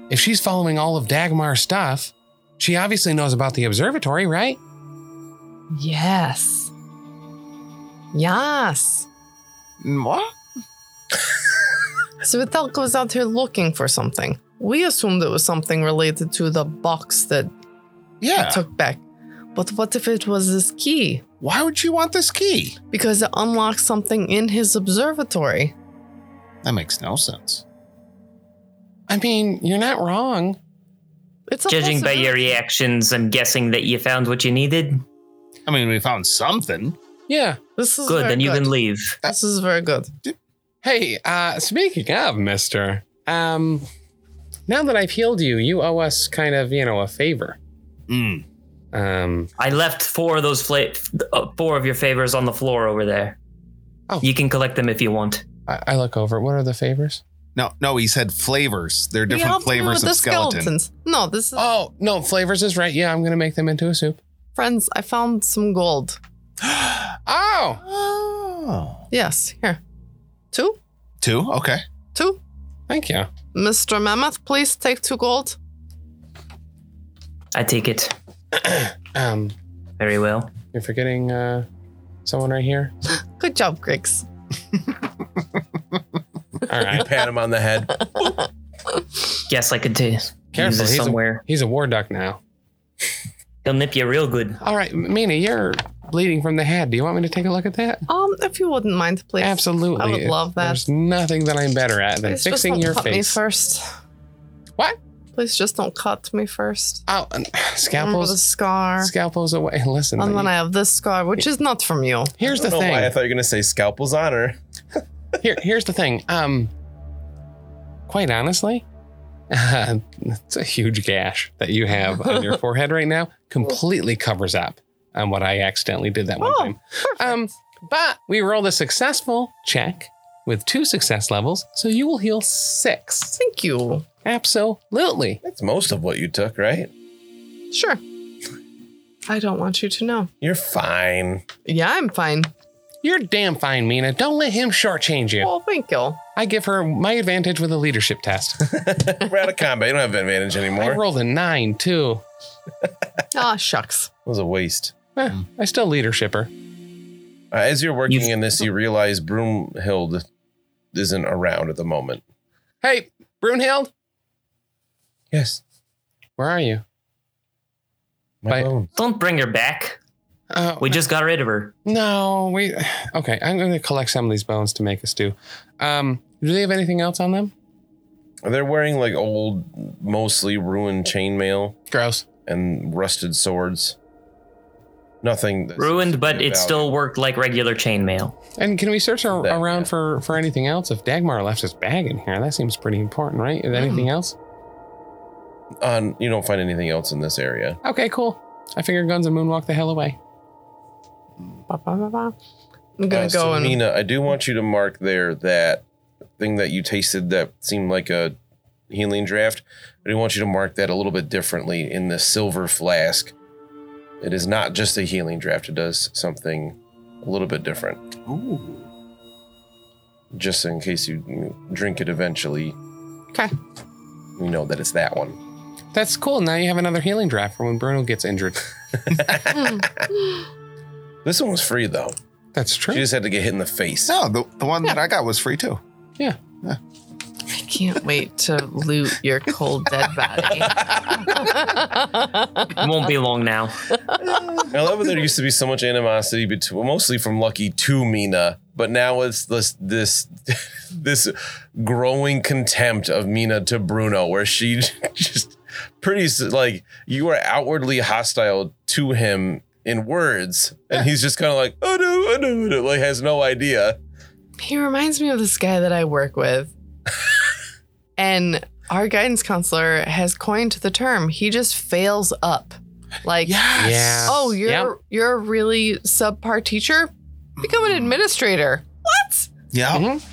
[SPEAKER 4] If she's following all of Dagmar's stuff, she obviously knows about the observatory, right?
[SPEAKER 1] Yes. Yes.
[SPEAKER 4] Mm,
[SPEAKER 6] What?
[SPEAKER 1] So Atelka was out here looking for something. We assumed it was something related to the box that
[SPEAKER 6] Yeah.
[SPEAKER 1] took back. But what if it was this key?
[SPEAKER 6] Why would you want this key?
[SPEAKER 1] Because it unlocks something in his observatory.
[SPEAKER 6] That makes no sense.
[SPEAKER 4] I mean, you're not wrong.
[SPEAKER 1] It's a
[SPEAKER 5] Judging by your
[SPEAKER 1] possibility.
[SPEAKER 5] reactions, I'm guessing that you found what you needed.
[SPEAKER 6] I mean, we found something.
[SPEAKER 4] Yeah.
[SPEAKER 1] This is
[SPEAKER 5] Good,
[SPEAKER 1] very
[SPEAKER 5] then you
[SPEAKER 1] good.
[SPEAKER 5] can leave.
[SPEAKER 1] This is very good.
[SPEAKER 4] Hey, uh, speaking of, mister, um, now that I've healed you, you owe us kind of, you know, a favor.
[SPEAKER 6] Mm.
[SPEAKER 4] Um,
[SPEAKER 5] I left four of those fla- uh, four of your favors on the floor over there.
[SPEAKER 4] Oh.
[SPEAKER 5] You can collect them if you want.
[SPEAKER 4] I, I look over. What are the favors?
[SPEAKER 6] No, no, he said flavors. There are
[SPEAKER 1] We
[SPEAKER 6] different
[SPEAKER 1] helped him
[SPEAKER 6] flavors
[SPEAKER 1] with
[SPEAKER 6] of
[SPEAKER 1] the
[SPEAKER 6] skeleton.
[SPEAKER 1] skeletons. No, this is
[SPEAKER 4] Oh, no, flavors is right. Yeah, I'm going to make them into a soup.
[SPEAKER 1] friends. I found some gold.
[SPEAKER 4] Oh,
[SPEAKER 6] Oh.
[SPEAKER 1] Yes, here. Two,
[SPEAKER 6] Two? Okay.
[SPEAKER 1] two.
[SPEAKER 4] thank you.
[SPEAKER 1] Mr. Mammoth, please take two gold.
[SPEAKER 5] I take it.
[SPEAKER 4] Um,
[SPEAKER 5] Very well.
[SPEAKER 4] you're forgetting, uh, someone right here.
[SPEAKER 1] Good job, Griggs.
[SPEAKER 2] <laughs>
[SPEAKER 4] All
[SPEAKER 1] <laughs>
[SPEAKER 4] right.
[SPEAKER 2] pat him on the head.
[SPEAKER 5] Guess I could t- use
[SPEAKER 4] Careful,
[SPEAKER 5] this
[SPEAKER 4] he's a-
[SPEAKER 5] somewhere.
[SPEAKER 4] He's a war duck now.
[SPEAKER 5] He'll nip you real good.
[SPEAKER 4] All right, Mina, you're bleeding from the head. Do you want me to take a look at that?
[SPEAKER 1] Um, if you wouldn't mind, please.
[SPEAKER 4] Absolutely.
[SPEAKER 1] I would love that.
[SPEAKER 4] There's nothing that I'm better at than
[SPEAKER 1] Please just
[SPEAKER 4] fixing
[SPEAKER 1] don't
[SPEAKER 4] your
[SPEAKER 1] cut me
[SPEAKER 4] face.
[SPEAKER 1] first.
[SPEAKER 4] What?
[SPEAKER 1] Please just don't cut me first.
[SPEAKER 4] Oh, and-
[SPEAKER 1] I'm with
[SPEAKER 4] <sighs>
[SPEAKER 1] a
[SPEAKER 4] scalpels.
[SPEAKER 1] scar.
[SPEAKER 4] Scalpels away. <laughs> Listen.
[SPEAKER 1] And
[SPEAKER 4] you-
[SPEAKER 1] then I have this scar, which is not from you.
[SPEAKER 4] Here's the
[SPEAKER 2] I don't know
[SPEAKER 4] thing.
[SPEAKER 2] why I thought you were gonna say scalpel's honor.
[SPEAKER 4] Here, here's the thing. Um, quite honestly, <laughs> it's a huge gash that you have on
[SPEAKER 1] <laughs>
[SPEAKER 4] your forehead right now. Completely covers up on what I accidentally did that one
[SPEAKER 1] Oh,
[SPEAKER 4] time. Um, but we rolled a successful check with two success levels, so you will heal six.
[SPEAKER 1] Thank you.
[SPEAKER 4] Absolutely.
[SPEAKER 2] That's most of what you took, right?
[SPEAKER 1] Sure. I don't want you to know.
[SPEAKER 2] You're fine. <laughs>
[SPEAKER 1] Yeah, I'm fine.
[SPEAKER 4] You're damn fine, Mina. Don't let him shortchange you.
[SPEAKER 1] Well, thank you.
[SPEAKER 4] I give her my advantage with a leadership
[SPEAKER 1] <laughs>
[SPEAKER 4] test.
[SPEAKER 2] We're out of combat. You don't have advantage
[SPEAKER 4] I
[SPEAKER 2] anymore. It
[SPEAKER 4] rolled a nine, too.
[SPEAKER 1] Ah, shucks.
[SPEAKER 2] was a waste.
[SPEAKER 4] Eh,
[SPEAKER 1] Hmm.
[SPEAKER 4] I still leadership her.
[SPEAKER 2] Uh, as you're working
[SPEAKER 5] You've-
[SPEAKER 2] in this, you realize Broomhild isn't around at the moment.
[SPEAKER 4] Hey, Brunhild,
[SPEAKER 2] Yes,
[SPEAKER 4] where are you?
[SPEAKER 2] my
[SPEAKER 4] Bye.
[SPEAKER 2] bone.
[SPEAKER 5] Don't bring her back.
[SPEAKER 4] Uh,
[SPEAKER 5] We just got rid of her.
[SPEAKER 4] no, we. Okay, I'm going to collect some of these bones to make a stew. Um, do they have anything else on them?
[SPEAKER 2] They're wearing like old, mostly ruined chainmail
[SPEAKER 4] Gross.
[SPEAKER 2] and rusted swords. Nothing that's
[SPEAKER 5] Ruined, but
[SPEAKER 2] value.
[SPEAKER 5] it still worked like regular chainmail.
[SPEAKER 4] And can we search ar-
[SPEAKER 2] That-
[SPEAKER 4] around for for anything else? If Dagmar left his bag in here, that seems pretty important, right? Is anything else?
[SPEAKER 2] Uh, you don't find anything else in this area.
[SPEAKER 4] Okay, cool. I figure guns and moonwalk the hell away.
[SPEAKER 1] Ba, ba, ba, ba. I'm gonna go
[SPEAKER 2] Uh, so
[SPEAKER 1] and
[SPEAKER 2] Mina, I do want you to mark there that thing that you tasted that seemed like a healing draft. I do want you to mark that a little bit differently in the silver flask. It is not just a healing draft. It does something a little bit different,
[SPEAKER 6] Ooh.
[SPEAKER 2] just in case you drink it eventually.
[SPEAKER 1] Okay.
[SPEAKER 2] We know that it's that one.
[SPEAKER 4] That's cool. Now you have another healing draft for when Bruno gets injured.
[SPEAKER 2] This one was free though.
[SPEAKER 4] That's true.
[SPEAKER 2] She just had to get hit in the face.
[SPEAKER 6] No, the, the one that I got was free too.
[SPEAKER 1] I can't wait to loot your cold dead body.
[SPEAKER 5] It won't be long now.
[SPEAKER 2] I love that there used to be so much animosity between, mostly from Lucky to Mina, but now it's this this <laughs> this growing contempt of Mina to Bruno, where she <laughs> just pretty s- like you are outwardly hostile to him in words, and he's just kind of like, oh no, oh no, oh no, like has no idea.
[SPEAKER 1] He reminds me of this guy that I work with. and our guidance counselor has coined the term he just fails up. Like,
[SPEAKER 4] Yeah.
[SPEAKER 1] oh, you're
[SPEAKER 4] Yep.
[SPEAKER 1] you're a really subpar teacher? Become an administrator. What?
[SPEAKER 6] Yeah. uh,
[SPEAKER 4] Mhm.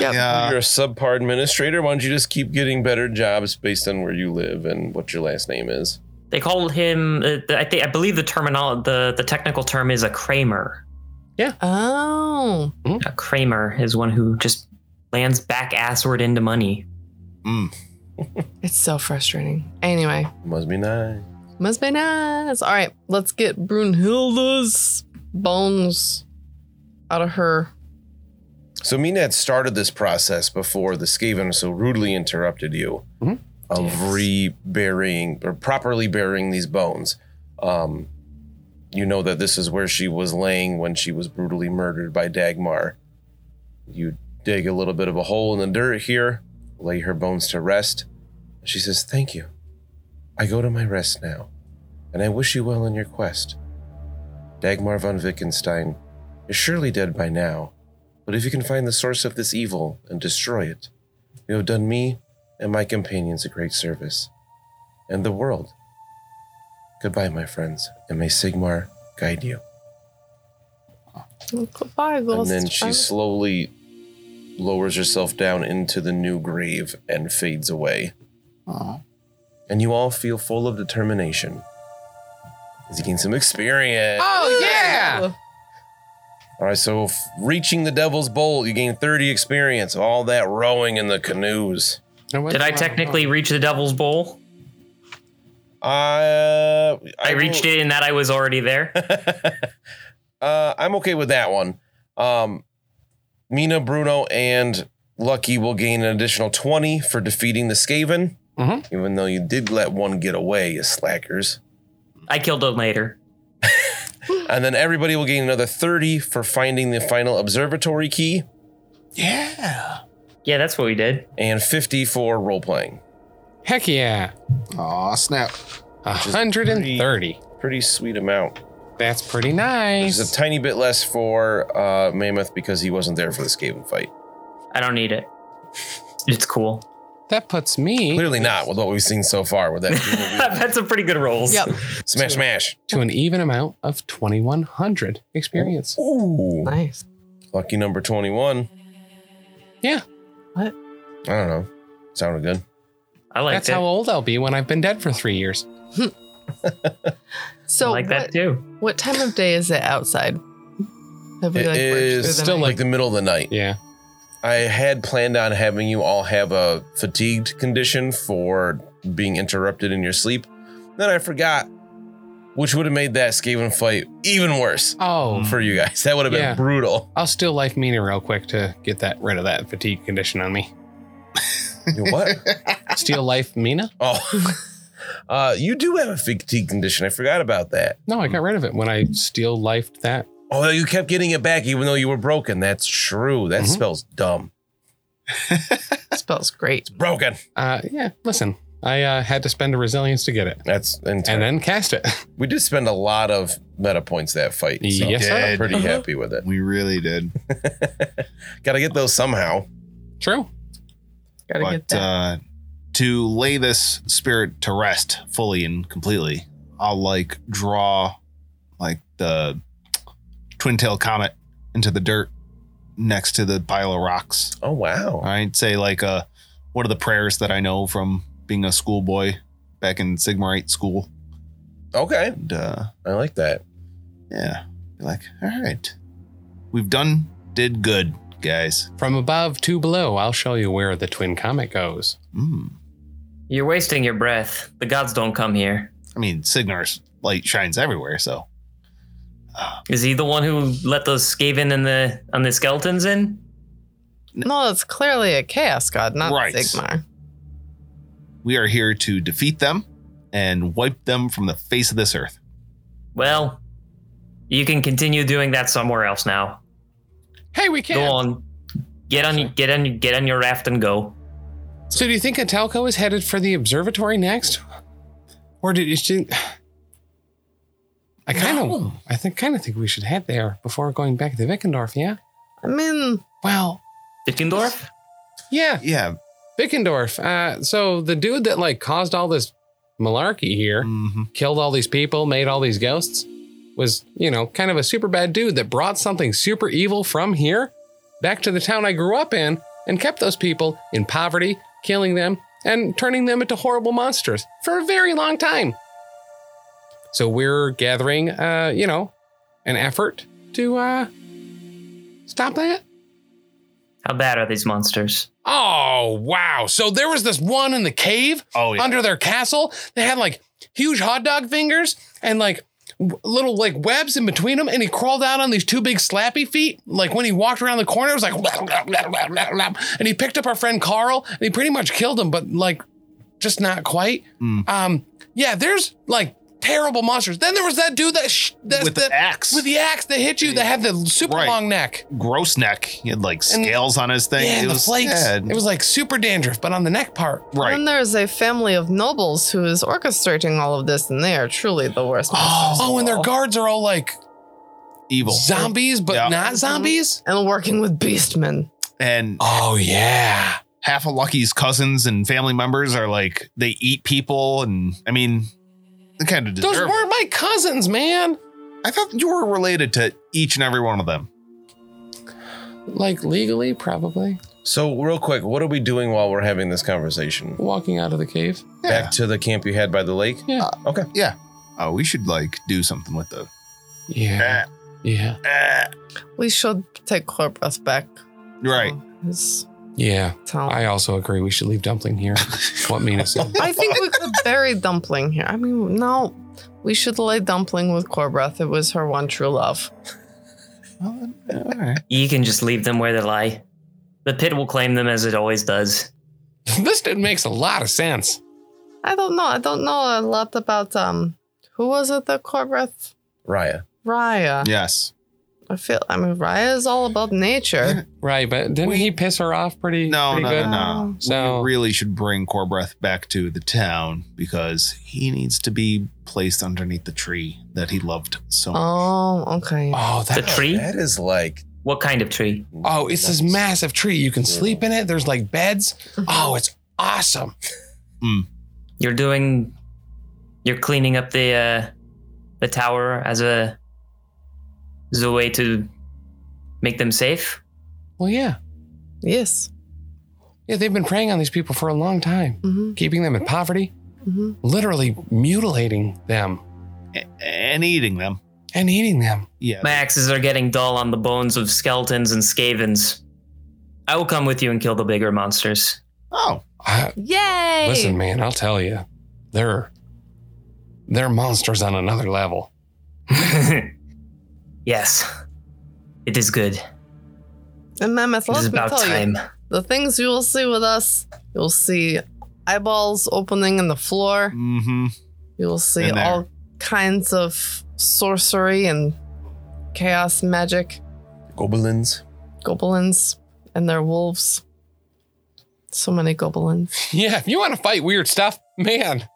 [SPEAKER 1] Yep.
[SPEAKER 6] Yeah.
[SPEAKER 2] You're a subpar administrator. Why don't you just keep getting better jobs based on where you live and what your last name is?
[SPEAKER 5] They called him. Uh, I think I believe the terminal. The the technical term is a Kramer.
[SPEAKER 1] Oh.
[SPEAKER 5] A Kramer is one who just lands back assward into money.
[SPEAKER 1] It's so frustrating. Anyway,
[SPEAKER 2] Must be nice.
[SPEAKER 1] must be nice. All right, let's get Brunhilde's bones out of her.
[SPEAKER 2] So Mina had started this process before the Skaven so rudely interrupted you
[SPEAKER 4] Mhm.
[SPEAKER 2] of re-burying or properly burying these bones. Um, you know that this is where she was laying when she was brutally murdered by Dagmar. You dig a little bit of a hole in the dirt here, lay her bones to rest. She says, "Thank you. I go to my rest now, and I wish you well in your quest." Dagmar von Wittgenstein is surely dead by now. But if you can find the source of this evil and destroy it, you have done me and my companions a great service, and the world. Goodbye, my friends, and may Sigmar guide you.
[SPEAKER 1] Goodbye,
[SPEAKER 2] and then she slowly lowers herself down into the new grave and fades away. And you all feel full of determination as you gain some experience.
[SPEAKER 4] Oh yeah.
[SPEAKER 2] All right, so f- reaching the Devil's Bowl, you gain 30 experience, all that rowing in the canoes.
[SPEAKER 4] Now what's
[SPEAKER 5] Did I
[SPEAKER 4] wrong?
[SPEAKER 5] technically reach the Devil's Bowl?
[SPEAKER 2] Uh,
[SPEAKER 5] I reached it in that I was already there. <laughs>
[SPEAKER 2] <laughs> Uh, I'm okay with that one. Um, Mina, Bruno, and Lucky will gain an additional 20 for defeating the Skaven.
[SPEAKER 5] Mm-hmm.
[SPEAKER 4] Mhm.
[SPEAKER 2] Even though you did let one get away, you slackers.
[SPEAKER 5] I killed him later.
[SPEAKER 2] And then everybody will gain another 30 for finding the final observatory key
[SPEAKER 6] Yeah.
[SPEAKER 5] Yeah, that's what we did.
[SPEAKER 2] and 50 for role playing.
[SPEAKER 4] Heck yeah.
[SPEAKER 6] Aw, snap.
[SPEAKER 2] is
[SPEAKER 4] 130.
[SPEAKER 2] Pretty sweet amount.
[SPEAKER 4] That's pretty
[SPEAKER 2] There's a
[SPEAKER 4] nice.
[SPEAKER 2] tiny bit less for uh, Mammoth because he wasn't there for the Skaven fight.
[SPEAKER 5] I don't need it. It's cool. <laughs>
[SPEAKER 4] that puts me
[SPEAKER 2] Clearly not with what we've seen so far with that.
[SPEAKER 5] <laughs> that's a pretty good <laughs> rolls.
[SPEAKER 1] Yep.
[SPEAKER 2] smash, smash.
[SPEAKER 4] to an even amount of 2100 experience.
[SPEAKER 2] Ooh.
[SPEAKER 1] Nice.
[SPEAKER 2] Lucky number 21.
[SPEAKER 4] Yeah.
[SPEAKER 1] What?
[SPEAKER 2] I don't know. Sounded good.
[SPEAKER 5] I like
[SPEAKER 4] That's
[SPEAKER 5] it.
[SPEAKER 4] how old I'll be when I've been dead for 3 years.
[SPEAKER 5] I
[SPEAKER 1] So
[SPEAKER 5] like
[SPEAKER 1] what,
[SPEAKER 5] that too.
[SPEAKER 1] what time of day is it outside? Have we
[SPEAKER 2] It
[SPEAKER 1] like worked
[SPEAKER 2] is
[SPEAKER 1] through the
[SPEAKER 2] still
[SPEAKER 1] night?
[SPEAKER 2] like the middle of the night.
[SPEAKER 4] Yeah.
[SPEAKER 2] I had planned on having you all have a fatigued condition for being interrupted in your sleep. Then I forgot, which would have made that Skaven fight even worse
[SPEAKER 4] Oh,
[SPEAKER 2] for you guys. That would have been
[SPEAKER 4] Yeah.
[SPEAKER 2] brutal.
[SPEAKER 4] I'll still life Mina real quick to get that rid of that fatigue condition on me.
[SPEAKER 2] You what?
[SPEAKER 4] Steal life Mina?
[SPEAKER 2] <laughs> oh. <laughs> Uh, you do have a fatigue condition. I forgot about that.
[SPEAKER 4] No, I got rid of it when I steal life that.
[SPEAKER 2] Although you kept getting it back even though you were broken. That's true. That
[SPEAKER 1] Mm-hmm.
[SPEAKER 4] Mhm.
[SPEAKER 2] spell's dumb.
[SPEAKER 1] Spells great.
[SPEAKER 2] Broken.
[SPEAKER 4] Uh, yeah, listen, I uh, had to spend a resilience to get it
[SPEAKER 2] That's intense.
[SPEAKER 4] and then cast it. <laughs>
[SPEAKER 2] we did spend a lot of meta points that fight. So
[SPEAKER 4] Yes, sir.
[SPEAKER 2] I'm
[SPEAKER 6] Dead.
[SPEAKER 2] pretty
[SPEAKER 1] Uh-huh.
[SPEAKER 2] happy with it.
[SPEAKER 6] Mm-hmm. We really did.
[SPEAKER 2] <laughs> Gotta get those somehow.
[SPEAKER 4] True.
[SPEAKER 1] Gotta get
[SPEAKER 6] But
[SPEAKER 1] that.
[SPEAKER 6] uh, to lay this spirit to rest fully and completely, I'll like draw like the twin tail comet into the dirt next to the pile of rocks.
[SPEAKER 2] Oh wow.
[SPEAKER 6] I'd say like uh what are the prayers that I know from being a schoolboy back in Sigmarite school.
[SPEAKER 2] Okay.
[SPEAKER 6] And uh
[SPEAKER 2] I like that.
[SPEAKER 6] yeah. Be like, all right. We've done did good, guys.
[SPEAKER 4] From above to below, I'll show you where the twin comet goes.
[SPEAKER 6] Mm.
[SPEAKER 5] You're wasting your breath. The gods don't come here.
[SPEAKER 6] I mean Signar's light shines everywhere, so
[SPEAKER 5] Is he the one who let those Skaven and the and the skeletons in?
[SPEAKER 1] no, it's clearly a chaos god, not
[SPEAKER 6] Right.
[SPEAKER 1] Sigmar.
[SPEAKER 6] we are here to defeat them and wipe them from the face of this earth.
[SPEAKER 5] Well, you can continue doing that somewhere else now.
[SPEAKER 4] Hey, we
[SPEAKER 5] Go
[SPEAKER 4] can.
[SPEAKER 5] on. Get on get on get on your raft and go.
[SPEAKER 4] So, do you think Atalco is headed for the observatory next, or did you think? I kind of, I think, kind of think we should head there before going back to Vickendorf. Yeah.
[SPEAKER 1] I mean,
[SPEAKER 4] Well,
[SPEAKER 5] Dickendorf?
[SPEAKER 4] yeah,
[SPEAKER 6] Yeah.
[SPEAKER 4] Vickendorf. Uh, so the dude that like caused all this malarkey here,
[SPEAKER 6] mhm.
[SPEAKER 4] killed all these people, made all these ghosts, was you know kind of a super bad dude that brought something super evil from here back to the town I grew up in and kept those people in poverty, killing them and turning them into horrible monsters for a very long time. So we're gathering, uh, you know, an effort to uh, stop that.
[SPEAKER 5] How bad are these monsters?
[SPEAKER 4] Oh, wow. So there was this one in the cave
[SPEAKER 6] Oh yeah.
[SPEAKER 4] under their castle. They had like huge hot dog fingers and like w- little like webs in between them. And he crawled out on these two big slappy feet. Like when he walked around the corner, it was like, <laughs> and he picked up our friend Carl and he pretty much killed him, but like just not quite.
[SPEAKER 6] Mm.
[SPEAKER 4] Um, yeah, there's like terrible monsters. Then there was that dude that, sh- that,
[SPEAKER 6] With
[SPEAKER 4] that
[SPEAKER 6] the axe,
[SPEAKER 4] with the axe that hit you that had the super
[SPEAKER 6] Right.
[SPEAKER 4] long neck.
[SPEAKER 6] gross neck, he had like scales on his thing.
[SPEAKER 4] Yeah,
[SPEAKER 6] it
[SPEAKER 4] the
[SPEAKER 6] was
[SPEAKER 4] flakes.
[SPEAKER 6] sad.
[SPEAKER 4] It was like super dandruff, but on the neck part.
[SPEAKER 6] right.
[SPEAKER 1] then there's a family of nobles who is orchestrating all of this, and they are truly the worst. monsters
[SPEAKER 4] Oh,
[SPEAKER 1] of
[SPEAKER 4] and their
[SPEAKER 1] all.
[SPEAKER 4] guards are all like
[SPEAKER 6] Evil.
[SPEAKER 4] zombies, but
[SPEAKER 6] Yeah.
[SPEAKER 4] not zombies.
[SPEAKER 1] and working with beastmen.
[SPEAKER 6] and
[SPEAKER 4] Oh yeah,
[SPEAKER 6] half of Lucky's cousins and family members are like they eat people, and I mean, they kind of
[SPEAKER 4] those
[SPEAKER 6] deserve. it.
[SPEAKER 4] weren't my cousins, man.
[SPEAKER 6] I thought you were related to each and every one of them.
[SPEAKER 4] Like legally, probably
[SPEAKER 2] So real quick, what are we doing while we're having this conversation?
[SPEAKER 4] walking out of the cave.
[SPEAKER 2] Back to the camp you had by the lake?
[SPEAKER 6] Oh, we should like do something with the.
[SPEAKER 4] Yeah, yeah,
[SPEAKER 1] We should take Corbus back.
[SPEAKER 6] Right.
[SPEAKER 1] to His
[SPEAKER 4] yeah.
[SPEAKER 1] town.
[SPEAKER 4] I also agree. We should leave Dumpling
[SPEAKER 6] <laughs>
[SPEAKER 4] here. what Mina said.
[SPEAKER 1] I think we could bury Dumpling here. I mean, no, we should lay Dumpling with Corbeth. It was her one true love.
[SPEAKER 6] Well, all right.
[SPEAKER 5] You can just leave them where they lie. The pit will claim them as it always does.
[SPEAKER 4] <laughs> this dude makes a lot of sense.
[SPEAKER 1] I don't know. I don't know a lot about um, who was it? The Corbeth
[SPEAKER 2] Raya.
[SPEAKER 1] Raya.
[SPEAKER 6] Yes.
[SPEAKER 1] I feel. I mean, Raya is all about nature.
[SPEAKER 4] Right, but didn't he piss her off pretty?
[SPEAKER 6] No,
[SPEAKER 4] pretty
[SPEAKER 6] no,
[SPEAKER 4] good?
[SPEAKER 6] no, no.
[SPEAKER 4] So-
[SPEAKER 6] we really should bring Corbreath back to the town because he needs to be placed underneath the tree that he loved so much.
[SPEAKER 1] Oh, okay.
[SPEAKER 4] Oh,
[SPEAKER 5] The
[SPEAKER 4] that.
[SPEAKER 5] tree?
[SPEAKER 2] That is like
[SPEAKER 5] What kind of tree?
[SPEAKER 4] Oh, it's this massive tree. You can sleep in it. There's like beds. Oh, it's awesome.
[SPEAKER 5] You're doing you're cleaning up the uh the tower as a as a way to make them safe?
[SPEAKER 4] Well, yeah.
[SPEAKER 1] Yes.
[SPEAKER 4] Yeah, they've been preying on these people for a long time,
[SPEAKER 1] Mm-hmm.
[SPEAKER 4] keeping them in poverty,
[SPEAKER 1] Mm-hmm.
[SPEAKER 4] literally mutilating them.
[SPEAKER 6] A- and eating them.
[SPEAKER 4] and eating them.
[SPEAKER 6] Yeah.
[SPEAKER 5] My axes are getting dull on the bones of skeletons and skavens. I will come with you and kill the bigger monsters. <laughs>
[SPEAKER 6] Oh,
[SPEAKER 4] I,
[SPEAKER 1] Yay!
[SPEAKER 4] Listen, man, I'll tell you, they're they're monsters on another level. <laughs>
[SPEAKER 5] yes, it is good.
[SPEAKER 1] and Mammoth,
[SPEAKER 5] It is
[SPEAKER 1] let me
[SPEAKER 5] about
[SPEAKER 1] tell you,
[SPEAKER 5] time.
[SPEAKER 1] the things you will see with us, you'll see eyeballs opening in the floor.
[SPEAKER 6] mm-hmm.
[SPEAKER 1] You will see
[SPEAKER 6] In there.
[SPEAKER 1] all kinds of sorcery and chaos magic,
[SPEAKER 2] Goblins.
[SPEAKER 1] goblins and their wolves. So many goblins.
[SPEAKER 4] Yeah, if you want to fight weird stuff, man.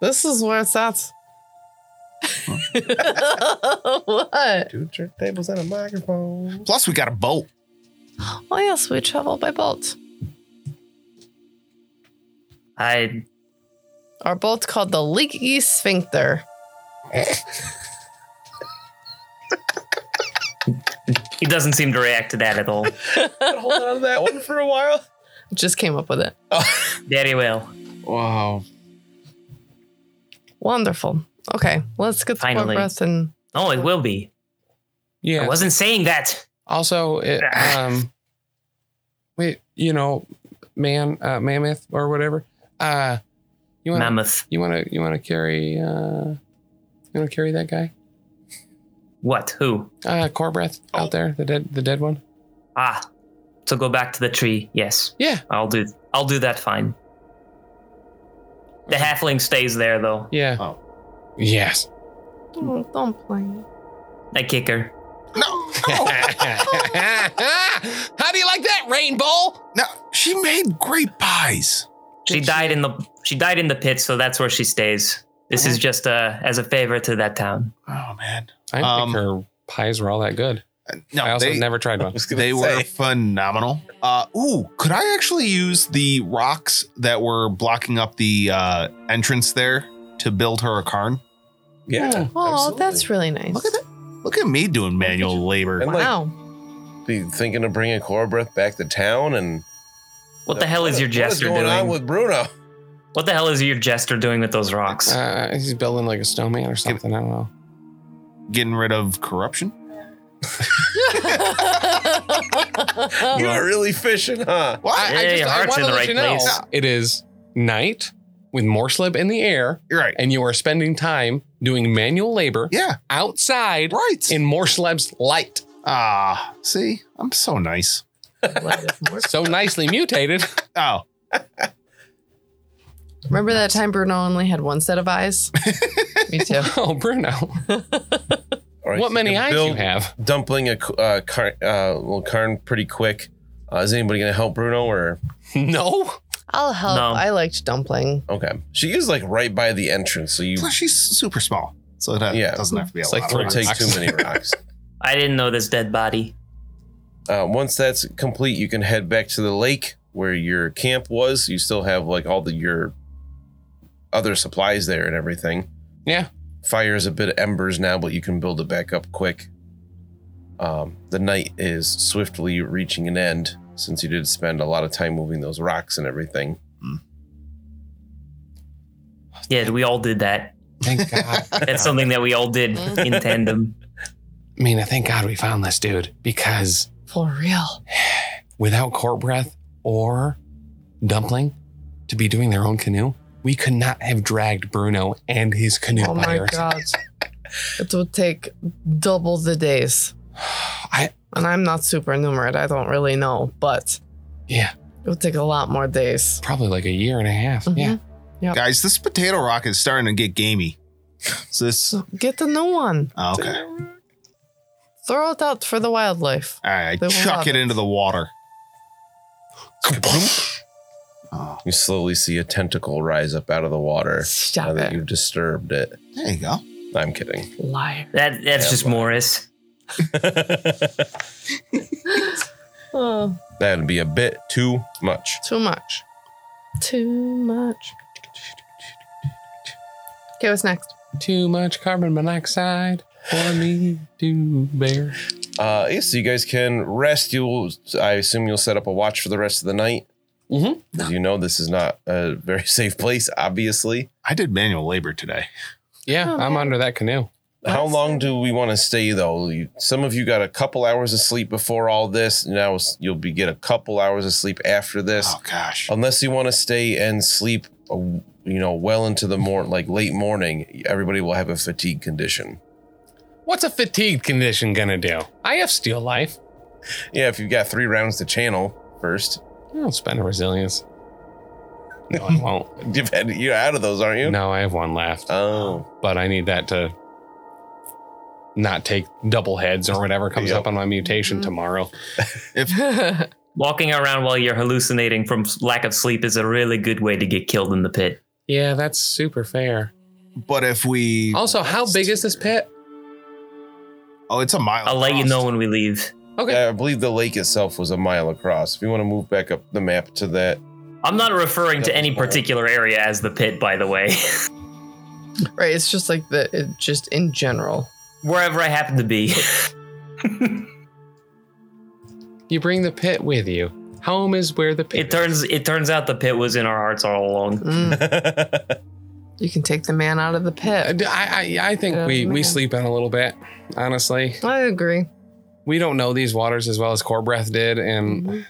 [SPEAKER 1] This is where it's at. <laughs> what?
[SPEAKER 2] Two turntables and a
[SPEAKER 1] <laughs>
[SPEAKER 2] microphone.
[SPEAKER 6] Plus, we got a boat.
[SPEAKER 1] Well, Oh, yes, we travel by boat.
[SPEAKER 5] I
[SPEAKER 1] Our boat's called the Leaky Sphincter.
[SPEAKER 5] he doesn't seem to react to that
[SPEAKER 1] <laughs>
[SPEAKER 5] at all.
[SPEAKER 2] Hold on to that one for a while.
[SPEAKER 1] Just came up with it.
[SPEAKER 5] Daddy will.
[SPEAKER 4] Wow.
[SPEAKER 1] Wonderful. Okay, let's get the more
[SPEAKER 5] Finally.
[SPEAKER 1] breath and
[SPEAKER 5] Oh, it will be. I
[SPEAKER 4] Yeah.
[SPEAKER 5] wasn't saying that.
[SPEAKER 4] Also, it, um, wait, you know, man, uh, mammoth or whatever. Uh, you want to
[SPEAKER 5] Mammoth.
[SPEAKER 4] you want to you want to carry uh, you want to carry that guy,
[SPEAKER 5] What? Who?
[SPEAKER 4] uh, Corbreth out there, the dead the dead one.
[SPEAKER 5] Ah. So go back to the tree. Yes.
[SPEAKER 4] Yeah.
[SPEAKER 5] I'll do I'll do that fine. The halfling stays there though.
[SPEAKER 4] Yeah.
[SPEAKER 6] Oh.
[SPEAKER 4] Yes.
[SPEAKER 1] don't, Oh, don't play.
[SPEAKER 5] I kick her.
[SPEAKER 6] No,
[SPEAKER 4] <laughs> How do you like that, Rainbow?
[SPEAKER 6] no, she made great pies.
[SPEAKER 5] She died in the she died in the pit, so that's where she stays. This is just uh, as a favor to that town.
[SPEAKER 6] Oh man,
[SPEAKER 4] I don't think
[SPEAKER 6] Um,
[SPEAKER 4] her pies were all that good.
[SPEAKER 6] no,
[SPEAKER 4] I also
[SPEAKER 6] they,
[SPEAKER 4] never tried <laughs> one.
[SPEAKER 6] they were phenomenal. Uh, ooh, could I actually use the rocks that were blocking up the uh, entrance there to build her a cairn?
[SPEAKER 2] Yeah.
[SPEAKER 1] Oh, that's really nice.
[SPEAKER 6] Look at that. Look at me doing manual labor.
[SPEAKER 2] And like,
[SPEAKER 1] Wow.
[SPEAKER 2] be thinking of bringing Corbeth back to town and.
[SPEAKER 5] What the hell is your jester
[SPEAKER 2] What is going on
[SPEAKER 5] doing?
[SPEAKER 2] with Bruno?
[SPEAKER 5] What the hell is your jester doing with those rocks?
[SPEAKER 4] Uh, he's building like a snowman or something. I don't know.
[SPEAKER 6] Getting rid of corruption.
[SPEAKER 4] Oh.
[SPEAKER 2] You are really fishing, huh?
[SPEAKER 6] Well, I,
[SPEAKER 5] Yeah,
[SPEAKER 6] I,
[SPEAKER 5] your
[SPEAKER 4] I
[SPEAKER 5] heart's in
[SPEAKER 4] wanna let
[SPEAKER 5] the right
[SPEAKER 4] you know,
[SPEAKER 5] place.
[SPEAKER 4] It is night with Morslib in the air,
[SPEAKER 6] you're right.
[SPEAKER 4] and you are spending time doing manual labor
[SPEAKER 6] Yeah,
[SPEAKER 4] outside
[SPEAKER 6] right.
[SPEAKER 4] in Morslib's light.
[SPEAKER 6] Ah, see, I'm so nice.
[SPEAKER 4] So nicely mutated. <laughs>
[SPEAKER 6] Oh,
[SPEAKER 1] <laughs> Remember that time Bruno only had one set of <laughs> eyes? Me too.
[SPEAKER 4] Oh, Bruno.
[SPEAKER 2] All right,
[SPEAKER 4] What
[SPEAKER 2] so
[SPEAKER 4] many
[SPEAKER 2] can
[SPEAKER 4] eyes you
[SPEAKER 2] build
[SPEAKER 4] have?
[SPEAKER 2] Dumpling a uh, car, uh, little carn pretty quick. Uh, is anybody going to help Bruno or
[SPEAKER 4] <laughs> No.
[SPEAKER 1] I'll help.
[SPEAKER 5] No.
[SPEAKER 1] I liked dumpling.
[SPEAKER 2] okay? She is like right by the entrance, so you
[SPEAKER 6] plus she's super small, so that
[SPEAKER 2] Yeah.
[SPEAKER 6] doesn't have to be a
[SPEAKER 4] It's
[SPEAKER 6] lot.
[SPEAKER 4] like
[SPEAKER 6] of
[SPEAKER 4] three
[SPEAKER 2] don't
[SPEAKER 6] rocks.
[SPEAKER 2] take
[SPEAKER 4] rocks.
[SPEAKER 2] too
[SPEAKER 6] <laughs>
[SPEAKER 2] many rocks.
[SPEAKER 5] I didn't know this dead body.
[SPEAKER 2] Uh, once that's complete, you can head back to the lake where your camp was. You still have like all the your other supplies there and everything.
[SPEAKER 4] Yeah.
[SPEAKER 2] Fire is a bit of embers now, but you can build it back up quick. Um, the night is swiftly reaching an end since you did spend a lot of time moving those rocks and everything.
[SPEAKER 5] Yeah, we all did that.
[SPEAKER 4] Thank God.
[SPEAKER 5] That's something that we all did in tandem.
[SPEAKER 4] I mean, I thank God we found this dude because
[SPEAKER 1] For real.
[SPEAKER 4] without court breath or dumpling to be doing their own canoe, we could not have dragged Bruno and his canoe
[SPEAKER 1] Oh
[SPEAKER 4] by
[SPEAKER 1] my
[SPEAKER 4] ourselves.
[SPEAKER 1] god. It would take double the days.
[SPEAKER 4] <sighs> I
[SPEAKER 1] And I'm not supernumerate. I don't really know, but
[SPEAKER 4] yeah,
[SPEAKER 1] it would take a lot more days.
[SPEAKER 4] probably like a year and a half.
[SPEAKER 1] Mhm.
[SPEAKER 4] Yeah.
[SPEAKER 6] Guys, this potato rock is starting to get gamey. So this
[SPEAKER 1] So get a new one.
[SPEAKER 6] oh, okay. All
[SPEAKER 1] Throw it out for the wildlife.
[SPEAKER 6] right,
[SPEAKER 1] They
[SPEAKER 6] I
[SPEAKER 1] will
[SPEAKER 6] chuck
[SPEAKER 1] love
[SPEAKER 6] it
[SPEAKER 1] it.
[SPEAKER 6] into the water. Oh,
[SPEAKER 2] You slowly see a tentacle rise up out of the water now
[SPEAKER 1] Stop it.
[SPEAKER 2] that you've disturbed it.
[SPEAKER 6] there you go.
[SPEAKER 2] I'm kidding.
[SPEAKER 1] Liar.
[SPEAKER 5] That that's
[SPEAKER 2] Yeah,
[SPEAKER 5] just
[SPEAKER 2] well.
[SPEAKER 5] Morris.
[SPEAKER 1] Oh,
[SPEAKER 2] That'd be a bit too much.
[SPEAKER 1] too much. Too much. Okay, what's next?
[SPEAKER 4] Too much carbon monoxide for me to bear.
[SPEAKER 2] Uh, yeah, so you guys can rest. You, will I assume you'll set up a watch for the rest of the night.
[SPEAKER 4] Mhm.
[SPEAKER 2] <laughs> As you know, this is not a very safe place. Obviously,
[SPEAKER 6] I did manual labor today.
[SPEAKER 1] Oh,
[SPEAKER 4] Yeah, I'm under that canoe.
[SPEAKER 2] How long do we want to stay though? You- Some of you got a couple hours of sleep before all this. Now s- you'll be get a couple hours of sleep after this,
[SPEAKER 6] Oh gosh.
[SPEAKER 2] unless you want to stay and sleep. uh, You know, well into the morning, like late morning, everybody will have a fatigue condition.
[SPEAKER 4] What's a fatigue condition gonna do? I have steel life.
[SPEAKER 2] Yeah, if you've got three rounds to channel first, <laughs>
[SPEAKER 4] I'll spend a resilience. No,
[SPEAKER 1] <laughs>
[SPEAKER 4] I won't.
[SPEAKER 2] you've had you're out of those, aren't you?
[SPEAKER 4] no, I have one left,
[SPEAKER 2] Oh,
[SPEAKER 4] but I need that to not take double heads or whatever comes
[SPEAKER 2] Yep.
[SPEAKER 4] up on my mutation tomorrow.
[SPEAKER 5] Walking around while you're hallucinating from s- lack of sleep is a really good way to get killed in the pit.
[SPEAKER 4] Yeah, that's super fair.
[SPEAKER 6] But if we
[SPEAKER 5] Oh.
[SPEAKER 4] Also, how big is this pit?
[SPEAKER 6] Oh, it's a mile.
[SPEAKER 5] I'll let you
[SPEAKER 6] across.
[SPEAKER 5] know when we leave.
[SPEAKER 4] Okay.
[SPEAKER 2] yeah, I believe the lake itself was a mile across. If you want to move back up the map to that,
[SPEAKER 5] I'm not referring to
[SPEAKER 2] Devil's
[SPEAKER 5] any
[SPEAKER 2] Bowl.
[SPEAKER 5] particular area as the pit, by the way.
[SPEAKER 1] <laughs>
[SPEAKER 5] <laughs>
[SPEAKER 1] Right. It's just like the, it just in general.
[SPEAKER 5] Wherever I happen to be.
[SPEAKER 4] You bring the pit with you. Home is where the pit.
[SPEAKER 5] It turns it turns out the pit was in our hearts all along.
[SPEAKER 1] Mm. you can take the man out of the
[SPEAKER 4] I,
[SPEAKER 1] pit.
[SPEAKER 4] Uh, I, I think
[SPEAKER 1] Oh,
[SPEAKER 4] we, we
[SPEAKER 1] man.
[SPEAKER 4] sleep in a little bit, honestly.
[SPEAKER 1] I agree.
[SPEAKER 4] we don't know these waters as well as Corbreath did, and
[SPEAKER 1] Mm-hmm.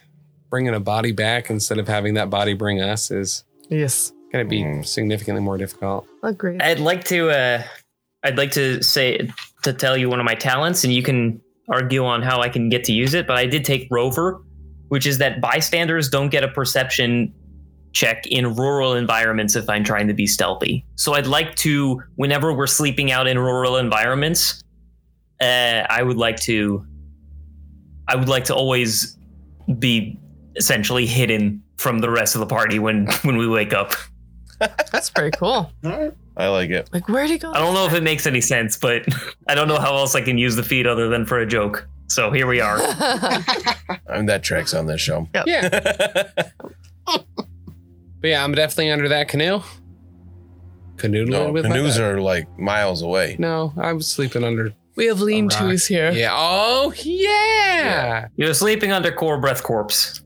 [SPEAKER 4] bringing a body back instead of having that body bring us is
[SPEAKER 1] Yes.
[SPEAKER 4] going to be
[SPEAKER 2] Mm.
[SPEAKER 4] significantly more difficult.
[SPEAKER 1] Agreed.
[SPEAKER 5] I'd like to uh I'd like to say to tell you one of my talents and you can argue on how I can get to use it, but I did take rover, which is that bystanders don't get a perception check in rural environments if I'm trying to be stealthy. So I'd like to whenever we're sleeping out in rural environments, uh I would like to I would like to always be essentially hidden from the rest of the party when <laughs> when we wake up.
[SPEAKER 1] That's pretty cool.
[SPEAKER 2] I like it.
[SPEAKER 1] Like, where'd he go?
[SPEAKER 5] I don't know if it makes any sense, but <laughs> I don't know how else I can use the feed other than for a joke. So here
[SPEAKER 2] <laughs>
[SPEAKER 5] we are.
[SPEAKER 4] Oh.
[SPEAKER 2] I mean, that tracks on this show.
[SPEAKER 4] Yeah. But yeah, I'm definitely under that canoe. Canoodling
[SPEAKER 2] no,
[SPEAKER 4] with my
[SPEAKER 2] canoes
[SPEAKER 4] dog.
[SPEAKER 2] are like miles away.
[SPEAKER 4] No, I'm sleeping under.
[SPEAKER 1] <laughs> we have lean
[SPEAKER 4] All right.
[SPEAKER 1] tos here.
[SPEAKER 4] Yeah. Oh, yeah.
[SPEAKER 5] You're sleeping under core breath corpse.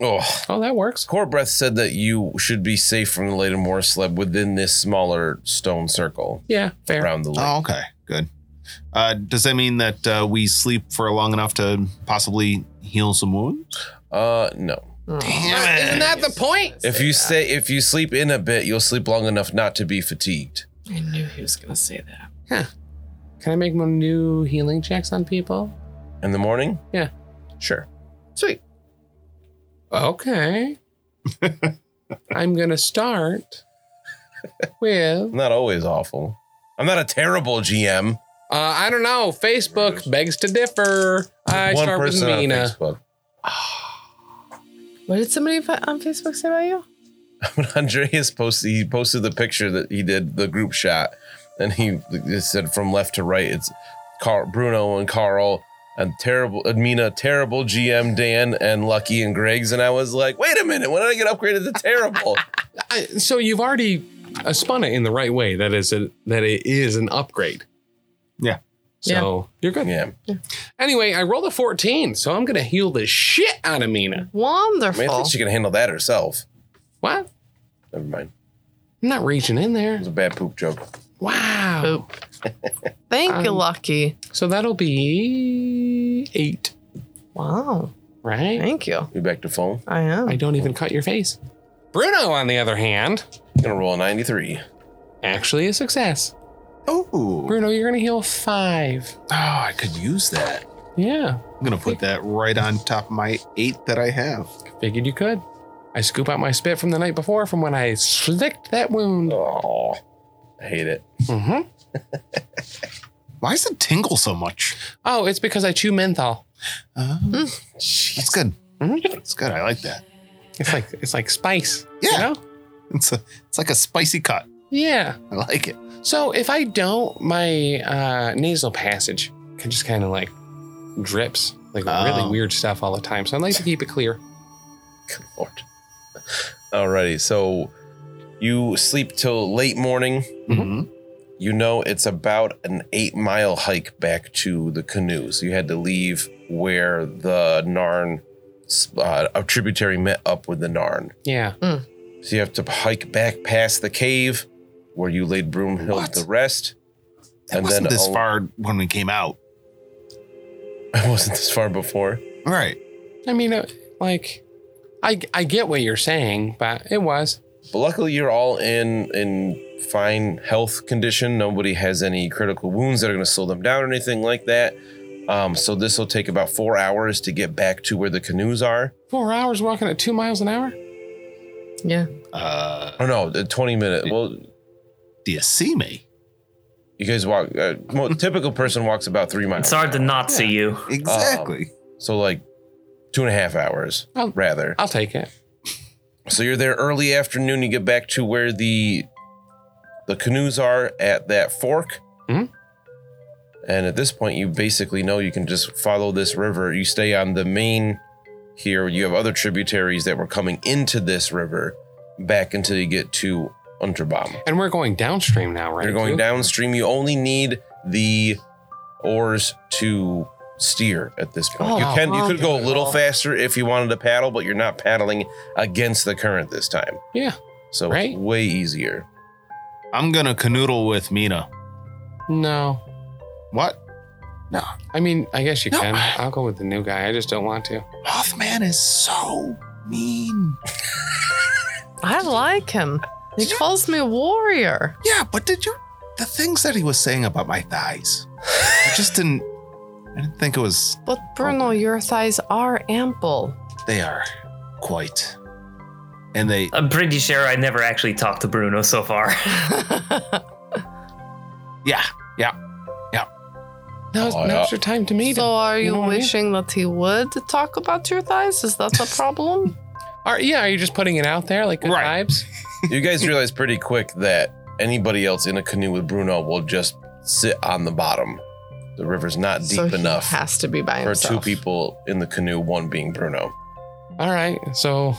[SPEAKER 2] Oh,
[SPEAKER 4] Oh, that works.
[SPEAKER 2] Core Breath said that you should be safe from the Leyden War Sleb within this smaller stone circle
[SPEAKER 4] Yeah, fair.
[SPEAKER 2] around the lake.
[SPEAKER 6] Oh, okay. Good. Uh, does that mean that uh, we sleep for long enough to possibly heal some wounds?
[SPEAKER 2] Uh, no.
[SPEAKER 6] Damn
[SPEAKER 4] Isn't that the point?
[SPEAKER 2] If you stay, if you sleep in a bit, you'll sleep long enough not to be fatigued.
[SPEAKER 1] I knew he was gonna say that.
[SPEAKER 4] Can I make more new healing checks on people?
[SPEAKER 2] In the morning?
[SPEAKER 4] Yeah.
[SPEAKER 2] Sure.
[SPEAKER 1] Sweet.
[SPEAKER 2] <laughs>
[SPEAKER 4] Okay. I'm going to start with
[SPEAKER 2] I'm not always awful. I'm not a terrible GM.
[SPEAKER 4] Uh, I don't know. Facebook begs to differ. I
[SPEAKER 2] One
[SPEAKER 4] start with
[SPEAKER 2] person on
[SPEAKER 4] Mina.
[SPEAKER 2] Facebook. <laughs>
[SPEAKER 1] What did somebody fa- on Facebook say about you?
[SPEAKER 2] When Andreas posted, he posted the picture that he did the group shot, and he it said from left to right, it's Carl, Bruno and Carl and terrible and Mina, terrible GM Dan and Lucky and Griggs, and I was like, wait a minute, when did I get upgraded to
[SPEAKER 4] <laughs>
[SPEAKER 2] terrible?
[SPEAKER 4] I, so you've already uh, spun it in the right way. That is a, that it is an upgrade.
[SPEAKER 6] Yeah.
[SPEAKER 4] So you're good.
[SPEAKER 2] yeah,
[SPEAKER 4] Anyway, I rolled a 14, so I'm gonna heal the shit out of Mina.
[SPEAKER 2] I mean, I
[SPEAKER 1] Wonderful.
[SPEAKER 2] think she can handle that herself.
[SPEAKER 4] What?
[SPEAKER 2] Never mind,
[SPEAKER 4] I'm not reaching in there.
[SPEAKER 2] it was a bad poop joke.
[SPEAKER 4] Wow.
[SPEAKER 1] <laughs> Poop. Thank you,
[SPEAKER 4] Um,
[SPEAKER 1] Lucky.
[SPEAKER 4] So that'll be eight,
[SPEAKER 1] Wow.
[SPEAKER 4] right?
[SPEAKER 1] Thank you.
[SPEAKER 2] You back to phone.
[SPEAKER 1] I am.
[SPEAKER 4] I don't even cut your face. Bruno, on the other hand,
[SPEAKER 2] gonna roll a ninety-three.
[SPEAKER 4] actually a success.
[SPEAKER 6] Oh,
[SPEAKER 4] Bruno, you're gonna heal five.
[SPEAKER 6] oh, I could use that.
[SPEAKER 4] Yeah.
[SPEAKER 6] I'm gonna put that right on top of my eight that I have.
[SPEAKER 4] Figured you could. I scoop out my spit from the night before from when I slicked that wound.
[SPEAKER 2] Oh, I hate it. <laughs>
[SPEAKER 4] Mm-hmm.
[SPEAKER 6] Why does it tingle so much?
[SPEAKER 4] Oh, it's because I chew menthol.
[SPEAKER 6] Uh,
[SPEAKER 1] Hmm.
[SPEAKER 6] That's good. That's good. I like that.
[SPEAKER 4] It's like it's like spice.
[SPEAKER 6] Yeah.
[SPEAKER 4] You know?
[SPEAKER 6] It's a, it's like a spicy cut.
[SPEAKER 4] Yeah.
[SPEAKER 6] I like it.
[SPEAKER 4] So if I don't, my uh, nasal passage can just kind of like drips like
[SPEAKER 6] Oh.
[SPEAKER 4] really weird stuff all the time. So I like to keep it clear.
[SPEAKER 2] Good lord. Alrighty, so you sleep till late morning.
[SPEAKER 6] Mhm.
[SPEAKER 2] You know it's about an eight mile hike back to the canoes. You had to leave where the Narn, uh, a tributary met up with the Narn.
[SPEAKER 4] Yeah.
[SPEAKER 2] So you have to hike back past the cave where you laid Broomhild
[SPEAKER 6] What?
[SPEAKER 2] to rest. oh,
[SPEAKER 6] That wasn't
[SPEAKER 2] <laughs>
[SPEAKER 6] this
[SPEAKER 2] al-
[SPEAKER 6] far when we came out.
[SPEAKER 2] I wasn't this far before.
[SPEAKER 6] Right.
[SPEAKER 4] I mean, uh, like, I I get what you're saying, but it was.
[SPEAKER 2] But luckily, you're all in in fine health condition. Nobody has any critical wounds that are going to slow them down or anything like that. Um, so this will take about four hours to get back to where the canoes are.
[SPEAKER 4] Four hours walking at two miles an hour?
[SPEAKER 1] Yeah.
[SPEAKER 6] Uh,
[SPEAKER 2] Oh no, the twenty minute. Well,
[SPEAKER 6] do you see me?
[SPEAKER 2] you guys walk. Uh, mo- typical person walks about three miles.
[SPEAKER 5] It's hard to not see you.
[SPEAKER 6] Exactly.
[SPEAKER 2] So like two and a half hours,
[SPEAKER 4] Oh.
[SPEAKER 2] rather.
[SPEAKER 4] I'll take it.
[SPEAKER 2] So you're there early afternoon. You get back to where the the canoes are at that fork.
[SPEAKER 4] Mhm.
[SPEAKER 2] And at this point, you basically know you can just follow this river. You stay on the main here. You have other tributaries that were coming into this river back until you get to Unterbaum.
[SPEAKER 4] And we're going downstream now, right?
[SPEAKER 2] You're going
[SPEAKER 4] Lou?
[SPEAKER 2] downstream. You only need the oars to steer at this point.
[SPEAKER 1] Oh,
[SPEAKER 2] you can you
[SPEAKER 1] wow.
[SPEAKER 2] could go a little faster if you wanted to paddle, but you're not paddling against the current this time.
[SPEAKER 4] Yeah.
[SPEAKER 2] So
[SPEAKER 4] Right.
[SPEAKER 2] it's way easier.
[SPEAKER 6] I'm gonna canoodle with Mina.
[SPEAKER 4] No.
[SPEAKER 6] What?
[SPEAKER 4] I mean, I guess you
[SPEAKER 6] No.
[SPEAKER 4] can. I'll go with the new guy. I just don't want to.
[SPEAKER 6] Mothman is so mean.
[SPEAKER 1] I like him. He calls me warrior.
[SPEAKER 6] Yeah, but did you? The things that he was saying about my thighs, I just didn't. I didn't think it was.
[SPEAKER 1] But Bruno, your thighs are <laughs> ample.
[SPEAKER 6] They are quite, and they.
[SPEAKER 5] I'm pretty sure I never actually talked to Bruno so far. <laughs>
[SPEAKER 6] Yeah,
[SPEAKER 4] Now it's
[SPEAKER 2] Oh,
[SPEAKER 4] an
[SPEAKER 2] yeah.
[SPEAKER 4] extra time to meet
[SPEAKER 1] so
[SPEAKER 4] him.
[SPEAKER 1] are
[SPEAKER 4] You
[SPEAKER 1] you,
[SPEAKER 4] know what I mean?
[SPEAKER 1] wishing that he would talk about your thighs? Is that a problem?
[SPEAKER 4] Are, yeah, are you just putting it out there like good
[SPEAKER 6] Right.
[SPEAKER 4] vibes?
[SPEAKER 1] <laughs>
[SPEAKER 2] You guys realize pretty quick that anybody else in a canoe with Bruno will just sit on the bottom. The river's not <laughs> deep
[SPEAKER 1] so
[SPEAKER 2] enough
[SPEAKER 1] He has to be by
[SPEAKER 2] for
[SPEAKER 1] himself.
[SPEAKER 2] two people in the canoe, one being Bruno.
[SPEAKER 4] All right. So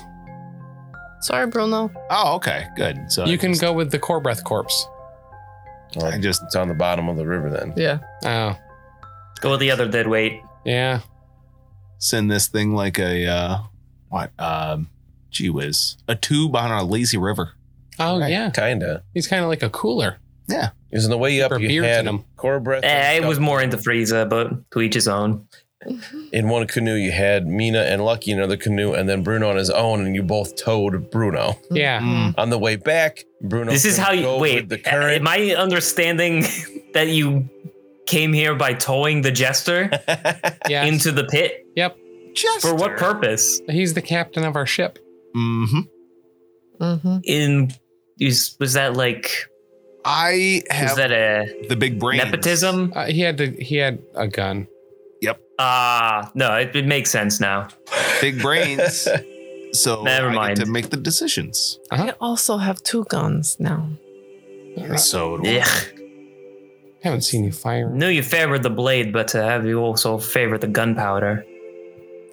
[SPEAKER 1] Sorry, Bruno.
[SPEAKER 6] Oh, okay, good. So
[SPEAKER 4] you can go with the core breath corpse.
[SPEAKER 2] Well,
[SPEAKER 6] I just
[SPEAKER 2] it's on the bottom of the river then.
[SPEAKER 1] Yeah.
[SPEAKER 4] Oh,
[SPEAKER 5] Go with the other dead weight.
[SPEAKER 4] yeah.
[SPEAKER 6] send this thing like a uh, what? Um, gee whiz, a tube on a lazy river.
[SPEAKER 4] Oh, yeah.
[SPEAKER 2] Kinda.
[SPEAKER 4] He's kind of like a cooler.
[SPEAKER 2] Because on the way up,
[SPEAKER 4] Or
[SPEAKER 2] you
[SPEAKER 4] beards
[SPEAKER 2] had
[SPEAKER 4] in 'em.
[SPEAKER 2] core breath. and
[SPEAKER 5] Eh, I
[SPEAKER 2] stuff.
[SPEAKER 5] was more into Frieza, but to each his own.
[SPEAKER 1] Mm.
[SPEAKER 2] in one canoe you had Mina and Lucky in another canoe, and then Bruno on his own, and you both towed Bruno.
[SPEAKER 4] Yeah.
[SPEAKER 1] Mm-hmm.
[SPEAKER 6] Mm.
[SPEAKER 2] On the way back, Bruno.
[SPEAKER 5] this is
[SPEAKER 2] couldn't
[SPEAKER 5] how you
[SPEAKER 2] go
[SPEAKER 5] wait.
[SPEAKER 2] with the
[SPEAKER 5] Am
[SPEAKER 2] current.
[SPEAKER 5] I understanding <laughs> that you came here by towing
[SPEAKER 2] <laughs>
[SPEAKER 5] the jester
[SPEAKER 4] Yeah.
[SPEAKER 5] into the pit?
[SPEAKER 6] Just
[SPEAKER 5] For what purpose?
[SPEAKER 4] He's the captain of our ship.
[SPEAKER 6] Mm-hmm.
[SPEAKER 1] Mm-hmm.
[SPEAKER 5] In is, was that like
[SPEAKER 6] I
[SPEAKER 5] was
[SPEAKER 6] have
[SPEAKER 5] that a
[SPEAKER 6] the big brain.
[SPEAKER 5] nepotism?
[SPEAKER 4] Uh, he had to, he had a gun.
[SPEAKER 5] Ah, no, it, it makes sense now. <laughs>
[SPEAKER 6] Big brains. So
[SPEAKER 5] Never
[SPEAKER 6] I get
[SPEAKER 5] mind.
[SPEAKER 6] to make the decisions.
[SPEAKER 1] I also have two guns now.
[SPEAKER 6] So do I.
[SPEAKER 5] Yeah,
[SPEAKER 4] haven't seen you fire.
[SPEAKER 5] knew you favored the blade, but uh, have you also favored the gunpowder?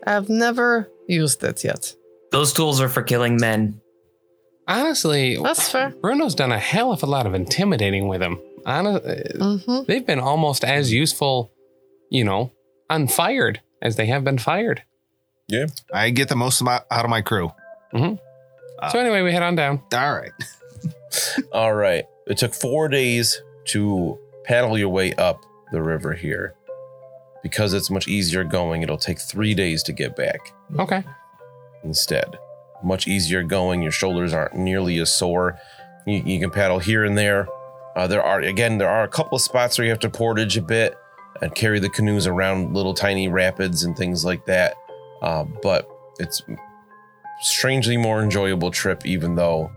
[SPEAKER 1] I've never used it yet.
[SPEAKER 5] Those tools are for killing men.
[SPEAKER 4] Honestly,
[SPEAKER 1] That's fair.
[SPEAKER 4] Bruno's done a hell of a lot of intimidating with him. Honest,
[SPEAKER 2] Hmm.
[SPEAKER 1] Mm-hmm.
[SPEAKER 4] they've been almost as useful, you know, unfired as they have been fired.
[SPEAKER 6] I get the most of my, out of my crew.
[SPEAKER 4] so anyway, we head on down.
[SPEAKER 6] All right.
[SPEAKER 2] All right. It took four days to paddle your way up the river here. Because it's much easier going, it'll take three days to get back
[SPEAKER 4] Okay.
[SPEAKER 2] instead. Much easier going. Your shoulders aren't nearly as sore. You, you can paddle here and there. Uh, there are again, there are a couple of spots where you have to portage a bit and carry the canoes around little tiny rapids and things like that. Uh, but it's strangely more enjoyable trip, even though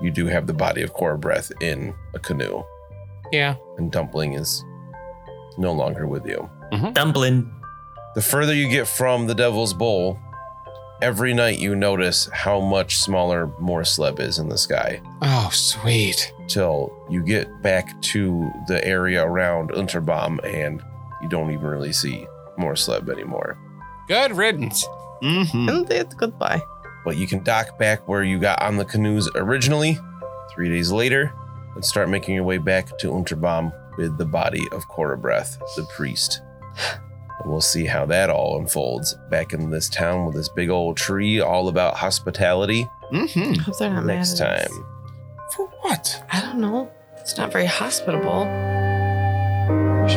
[SPEAKER 2] you do have the body of core breath in a canoe,
[SPEAKER 4] Yeah.
[SPEAKER 2] and dumpling is no longer with you
[SPEAKER 5] Dumpling.
[SPEAKER 2] the further you get from the Devil's Bowl, every night you notice how much smaller Morsleb is in the sky
[SPEAKER 4] Oh, sweet.
[SPEAKER 2] till you get back to the area around Unterbaum and you don't even really see Morsleb anymore.
[SPEAKER 4] Good riddance.
[SPEAKER 6] Mm-hmm.
[SPEAKER 1] Indeed. Goodbye.
[SPEAKER 2] But you can dock back where you got on the canoes originally three days later and start making your way back to Unterbaum with the body of Korobreath, the priest. And we'll see how that all unfolds back in this town with this big old tree all about hospitality
[SPEAKER 6] Mm-hmm.
[SPEAKER 1] Hope they're not mad
[SPEAKER 2] Hmm. next
[SPEAKER 1] at us.
[SPEAKER 2] time.
[SPEAKER 6] For
[SPEAKER 7] What?
[SPEAKER 1] I don't know. It's not very hospitable. Where's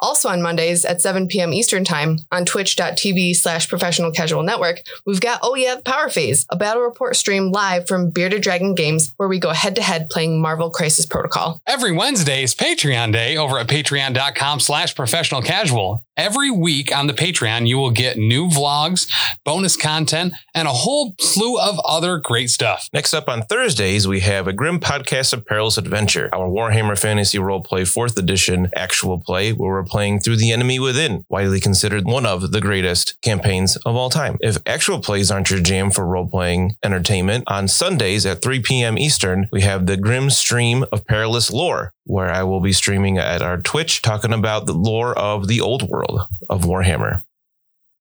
[SPEAKER 1] Also on Mondays at 7 p.m. Eastern Time on twitch.tv slash professional casual network, we've got Oh Yeah, the Power Phase, a battle report stream live from Bearded Dragon Games where we go head to head playing Marvel Crisis Protocol.
[SPEAKER 4] Every Wednesday is Patreon Day over at patreon.com slash professional casual. Every week on the Patreon, you will get new vlogs, bonus content, and a whole slew of other great stuff.
[SPEAKER 2] Next up on Thursdays, we have a Grim Podcast of Perilous Adventure, our Warhammer Fantasy Roleplay 4th Edition actual play, where we're playing through The Enemy Within, widely considered one of the greatest campaigns of all time. If actual plays aren't your jam for role playing entertainment, on Sundays at 3 p.m. Eastern, we have the Grim Stream of Perilous Lore, where I will be streaming at our Twitch talking about the lore of the old world of Warhammer.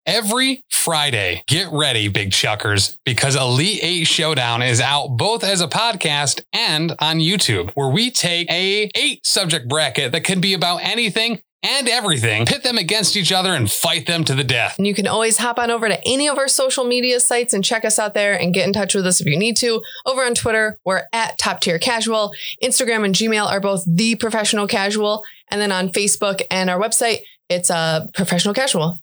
[SPEAKER 4] Every Friday, get ready, big chuckers, because Elite 8 Showdown is out both as a podcast and on YouTube, where we take a eight subject bracket that can be about anything and everything, pit them against each other and fight them to the death.
[SPEAKER 1] And you can always hop on over to any of our social media sites and check us out there and get in touch with us if you need to. Over on Twitter, we're at Top Tier Casual. Instagram and Gmail are both The Professional Casual. And then on Facebook and our website, it's uh, Professional Casual.